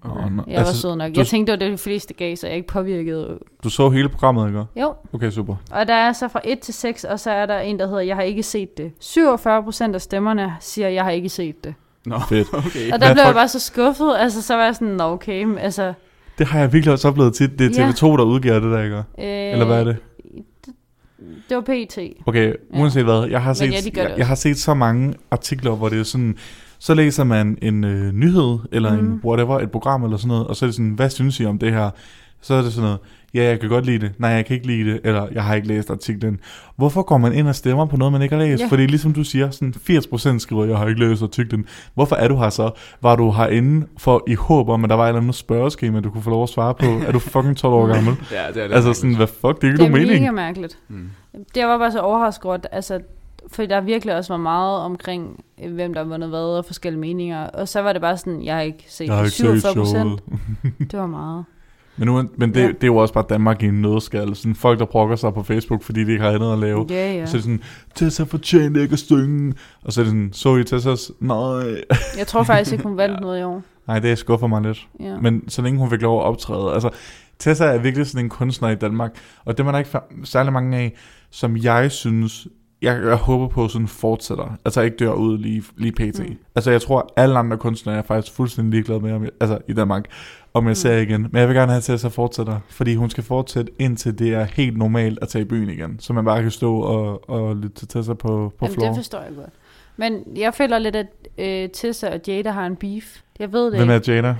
S2: Okay.
S3: Oh, no.
S4: Jeg altså, var
S3: altså,
S4: sød nok.
S3: du-
S4: Jeg tænkte, det var det, de fleste gav, så jeg ikke påvirkede.
S3: du så hele programmet, ikke?
S4: Jo,
S3: Okay, super.
S4: og der er så fra 1 til 6, og så er der en, der hedder, jeg har ikke set det. 47 procent af stemmerne siger, jeg har ikke set det.
S2: Nå,
S3: Fedt.
S2: okay.
S4: Og der
S3: Hvad
S4: blev jeg
S3: folk-
S4: bare så skuffet, altså så var jeg sådan, "Nå, okay, men altså...
S3: Det har jeg virkelig også oplevet tit. Det er
S4: Ja.
S3: TV2, der udgiver det der, ikke?
S4: Øh,
S3: Eller hvad er det?
S4: Det var E PT.
S3: Okay, uanset hvad, jeg har, set,
S4: ja, de gør det
S3: jeg, jeg har set så mange artikler, hvor det er sådan, så læser man en øh, nyhed, eller mm. en
S4: Mhm.
S3: whatever, et program eller sådan noget, og så er det sådan, hvad synes I om det her? Så er det sådan noget, ja, jeg kan godt lide det, nej, jeg kan ikke lide det, eller jeg har ikke læst artiklen. Hvorfor går man ind og stemmer på noget, man ikke har læst?
S4: Ja.
S3: Ja. Fordi ligesom du siger, sådan 80% skriver, jeg har ikke læst artiklen. Hvorfor er du her så? Var du herinde for i håb om, at der var et eller andet spørgeskema, du kunne få lov at svare på? er du fucking 12 år gammel?
S2: Ja, det er det.
S3: altså sådan, hvad fuck, det er ikke
S4: Det er
S3: nogen mening.
S4: mega mærkeligt.
S2: Mm.
S4: Det var bare så overrasket over, at- altså, fordi der virkelig også var meget omkring, øh, hvem der har vundet hvad, og forskellige meninger. Og så var det bare sådan, jeg har ikke set
S3: Jeg har
S4: det.
S3: ikke set
S4: 47
S3: showet.
S4: procent. Det var meget.
S3: Men, nu, men det,
S4: Ja.
S3: ja. det er jo også bare Danmark i en nødskal. Sådan folk, der brokker sig på Facebook, fordi de ikke har andet at lave. Ja.
S4: Ja, ja.
S3: Så er det sådan, Tessa fortjener ikke at synge. Og så er det sådan, så I Tessas? Nej.
S4: Jeg tror faktisk ikke, hun vandt ja. noget i år.
S3: Nej, det skuffer mig lidt.
S4: Ja.
S3: Ja. Men så længe hun fik lov at optræde. Altså, Tessa er virkelig sådan en kunstner i Danmark. Og det er der ikke fa- særlig mange af, som jeg synes, jeg, jeg håber på sådan fortsætter. Altså ikke dør ud lige, lige pt.
S4: Mm.
S3: Mm. Altså jeg tror, alle andre kunstnere er faktisk fuldstændig ligeglade med, om jeg, altså i Danmark, om jeg mm. ser igen. Men jeg vil gerne have til, at så fortsætter. Fordi hun skal fortsætte, indtil det er helt normalt at tage i byen igen. Så man bare kan stå og, og lytte til Tessa på, på
S4: Jamen, det
S3: floor.
S4: forstår jeg godt. Men jeg føler lidt, at øh, Tessa og Jada har en beef. Jeg ved det
S3: Hvem
S4: ikke.
S3: er Jada?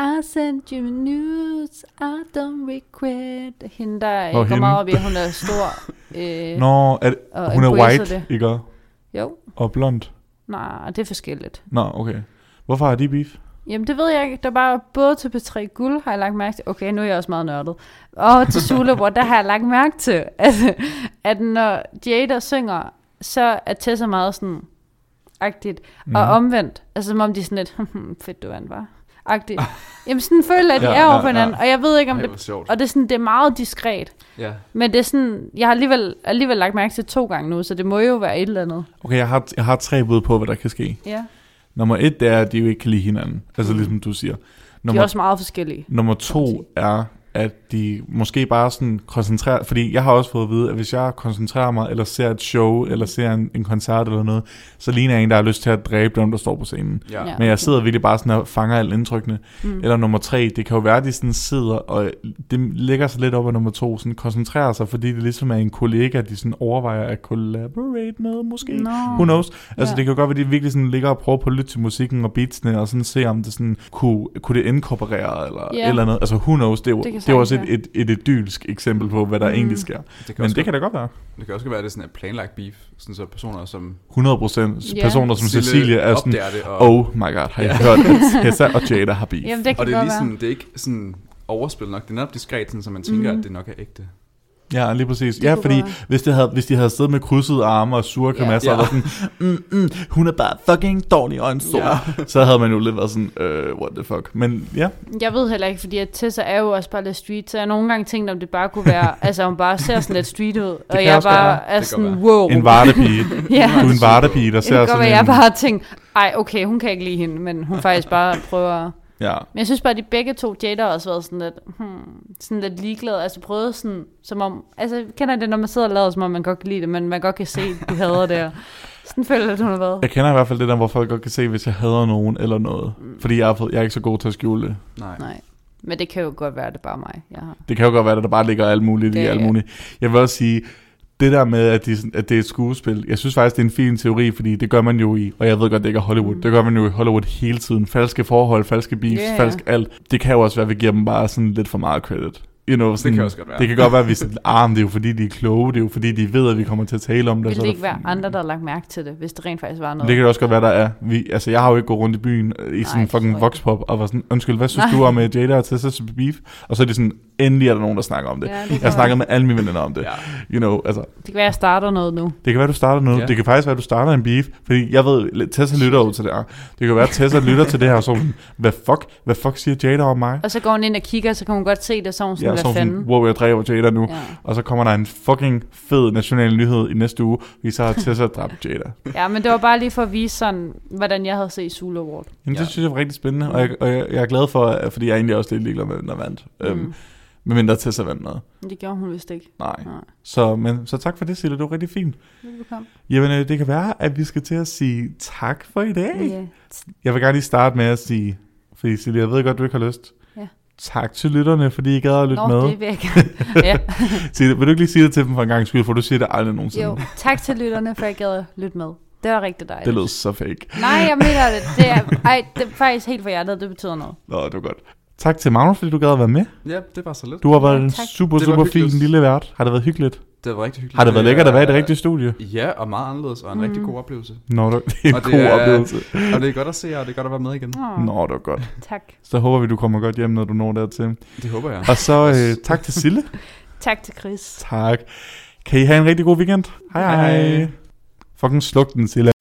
S4: I sent you news, I don't regret. Hende, der øh,
S3: Nå,
S4: går
S3: hende.
S4: meget op i, at hun er stor. Øh,
S3: Nå, er, det-
S4: og
S3: hun er
S4: embracer
S3: white,
S4: Det.
S3: det. ikke?
S4: Jo,
S3: Og blond.
S4: nej, det er forskelligt.
S3: Nå, okay. Hvorfor har de beef?
S4: Jamen, det ved jeg ikke. Der er bare både til P3 Guld har jeg lagt mærke til, okay, nu er jeg også meget nørdet, og til Sula, hvor der har jeg lagt mærke til, at, at når Jada synger, så er Tessa meget sådan agtigt, mm.
S3: Mhm.
S4: og omvendt, altså som om de er sådan lidt, "Hmm, fedt du vandt, var agtigt. Jamen sådan føler jeg, at de
S3: Ja,
S4: er over
S3: ja,
S4: på hinanden,
S3: ja.
S4: og jeg ved ikke om
S2: Ej,
S4: det,
S2: hvor sjovt.
S4: og det er sådan, det er meget diskret,
S2: Ja.
S4: men det er sådan, jeg har alligevel, alligevel lagt mærke til to gange nu, så det må jo være et eller andet.
S3: Okay, jeg har, jeg har tre bud på, hvad der kan ske.
S4: Ja.
S3: Nummer et, det er, at de jo ikke kan lide hinanden. Altså ligesom du siger.
S4: Mm. De er
S3: Nummer,
S4: også meget forskellige.
S3: nummer
S4: kan man
S3: to er, at de måske bare sådan koncentrerer... Fordi jeg har også fået at vide, at hvis jeg koncentrerer mig, eller ser et show,
S4: Mm.
S3: eller ser en, en koncert eller noget, så ligner jeg en, der har lyst til at dræbe dem, der står på scenen.
S2: Ja.
S4: Ja.
S2: ja.
S3: Men jeg sidder virkelig bare sådan og fanger alle indtrykkene. Mm. Eller nummer tre, det kan jo være, at de sådan sidder og det lægger sig lidt op af nummer to, sådan koncentrerer sig, fordi det ligesom er en kollega, de sådan overvejer at collaborate med måske.
S4: Nå.
S3: Who knows? Altså
S4: Ja.
S3: ja. det kan jo godt være, at de virkelig sådan ligger og prøver på at lytte til musikken og beatsene, og sådan se om det sådan kunne, kunne det inkorporere eller
S4: Ja.
S3: yeah. eller noget. Altså who knows? Det er jo,
S4: Det kan
S3: det det er jo også et,
S4: sagtens
S3: et, et idylsk eksempel på, hvad der mm. egentlig sker.
S2: Det kan,
S3: Men
S2: også godt,
S3: det kan da godt være.
S2: det kan også godt være, at det er sådan en planlagt beef. Sådan så personer som
S3: 100%
S4: Ja.
S3: personer som
S2: Sille
S3: Cecilie er sådan,
S2: opdager det. Og,
S3: oh my god, har I hørt, at Tessa og Jada har beef?
S4: Jamen, det kan
S2: og det er
S4: godt
S2: lige
S4: være.
S2: sådan, det er ikke sådan overspillet nok. Det er netop diskret, sådan, så man tænker,
S4: Mhm.
S2: at det nok er ægte.
S3: Ja, lige præcis.
S4: Det
S3: ja,
S4: kunne
S3: fordi
S4: godt være.
S3: hvis de, havde, hvis de havde siddet med krydsede arme og sure
S4: Ja.
S3: grimasser,
S2: Ja.
S3: yeah. sådan, mm, mm, hun er bare fucking dårlig og en stor,
S2: Ja.
S3: så havde man jo lidt været sådan, øh, what the fuck. Men ja,
S4: Jeg ved heller ikke, fordi at Tessa er jo også bare lidt street, så jeg har nogle gange tænkt, om det bare kunne være, altså hun bare ser sådan lidt street ud, og
S3: kan
S4: jeg
S3: også
S4: bare
S3: være.
S4: er
S2: kan
S4: sådan,
S2: være.
S4: wow.
S3: en vardepige.
S4: ja.
S3: Du er en vardepige, der
S4: Det kan
S3: ser
S4: godt
S3: sådan
S4: være,
S3: en...
S4: jeg bare har tænkt, ej, okay, hun kan ikke lide hende, men hun faktisk bare prøver... at-"
S3: Ja,
S4: Men jeg synes bare, at de begge to, Jada har også været sådan lidt, hmm, sådan lidt ligeglade, altså prøvet sådan, som om, altså kender I det, når man sidder og lader, som om man godt kan lide det, men man godt kan se, at de hader det, og sådan føler jeg, at hun har været.
S3: jeg kender i hvert fald det der, hvor folk godt kan se, hvis jeg hader nogen eller noget. Fordi jeg er, jeg er ikke så god til at skjule det.
S2: Nej.
S4: Nej, men det kan jo godt være, at det er bare mig, jeg har.
S3: Det kan jo godt være, at der bare ligger alt muligt det, i
S4: Det-
S3: alt muligt. Jeg vil også sige, det der med, at, de, sådan- at det er et skuespil, jeg synes faktisk, det er en fin teori, fordi det gør man jo i, og jeg ved godt, det ikke er Hollywood,
S4: Mm.
S3: det gør man jo i Hollywood hele tiden. Falske forhold, falske beefs,
S4: Ja,
S3: yeah.
S4: ja.
S3: falsk alt. Det kan jo også være, at vi giver dem bare sådan lidt for meget credit. You know, sådan,
S2: Det kan også godt være.
S3: det kan godt være, at vi sådan, ah, men det er jo fordi, de er kloge, det er jo fordi, de ved, at vi kommer til at tale om det.
S4: Vil
S3: så
S4: det
S3: er
S4: ikke være andre, der har lagt mærke til det, hvis det rent faktisk var noget?
S3: det kan det også godt være, der er. Vi, altså, jeg har jo ikke gået rundt i byen øh, i sådan
S4: Nej,
S3: en fucking
S4: forstår jeg.
S3: voxpop og var sådan, undskyld, hvad synes
S4: Nej.
S3: du om øh, Jada og Tessa's beef? Og så er det sådan, endelig er der nogen, der snakker om det.
S4: Ja, det kan
S3: Jeg har
S4: være.
S3: snakket med alle mine venner om det.
S2: Ja.
S3: You know, altså,
S4: Det kan være, at jeg starter noget nu.
S3: det kan være, du starter noget.
S2: Ja.
S3: Det kan faktisk være, du starter en beef. Fordi jeg ved, Tessa lytter jo til det her. Det kan være, at Tessa lytter til det her, og så er hun sådan, hvad fuck, hvad fuck siger Jada om mig?
S4: Og så går hun ind og kigger, så kan hun godt se det, så er hun sådan,
S3: Ja,
S4: ja,
S3: så er
S4: hvad
S3: hun
S4: fanden?
S3: sådan, wow, jeg dræber Jada nu.
S4: Ja.
S3: Og så kommer der en fucking fed national nyhed i næste uge, fordi så har Tessa dræbt Jada.
S4: ja, men det var bare lige for at vise sådan, hvordan jeg havde set Zulu Award.
S3: Jamen, ja.
S2: Ja.
S3: det synes jeg var rigtig spændende, og jeg, og jeg, jeg er glad for, at- fordi jeg er egentlig også lidt ligeglad med, hvem der vandt. Mm. Øhm,
S4: Mm.
S3: med mindre Tessa vandt noget.
S4: Men det gjorde hun vist ikke.
S3: Nej.
S4: Nej.
S3: Så, men, så tak for det, Sille. Det var rigtig fint.
S4: Velbekomme.
S3: Jamen, øh, det kan være, at vi skal til at sige tak for i dag.
S4: Ja.
S3: Jeg vil gerne lige starte med at sige, fordi Silje, jeg ved godt, du ikke har lyst.
S4: Ja.
S3: Tak til lytterne, fordi I gad at lytte
S4: Nå,
S3: med.
S4: det er væk. ja.
S3: Silje, vil du ikke lige sige det til dem for en gang skyld, for du siger det aldrig nogensinde.
S4: Jo, tak til lytterne, for jeg gad at lytte med. Det var rigtig dejligt.
S3: Det lød så fake.
S4: Nej, jeg mener det. det er, ej, det er faktisk helt for hjertet, det betyder noget.
S3: Nå, det var godt. Tak til Magnus, fordi du gad at være med.
S2: Ja, det var så lidt.
S3: Du har været
S4: Ja,
S3: en
S4: tak.
S3: super,
S2: Det var
S3: super fin
S2: hyggeligt.
S3: lille vært. Har det været hyggeligt?
S2: Det var rigtig hyggeligt.
S3: Har det været lækkert at være i det rigtige studie?
S2: Ja, og meget anderledes, og en mm. rigtig
S4: Mhm.
S2: god oplevelse.
S3: Nå, det er en
S2: Og det
S3: god
S2: er-
S3: oplevelse.
S2: Og det er godt at se jer, og det er godt at være med igen.
S4: Åh,
S3: Nå, det var godt.
S4: Tak.
S3: Så håber vi, du kommer godt hjem, når du når dertil.
S2: Det håber jeg.
S3: Og så øh, tak til Sille.
S4: Tak til Chris.
S3: Tak. Kan I have en rigtig god weekend? Hej hej.
S2: Hej, hej.
S3: Fucking sluk den, Sille.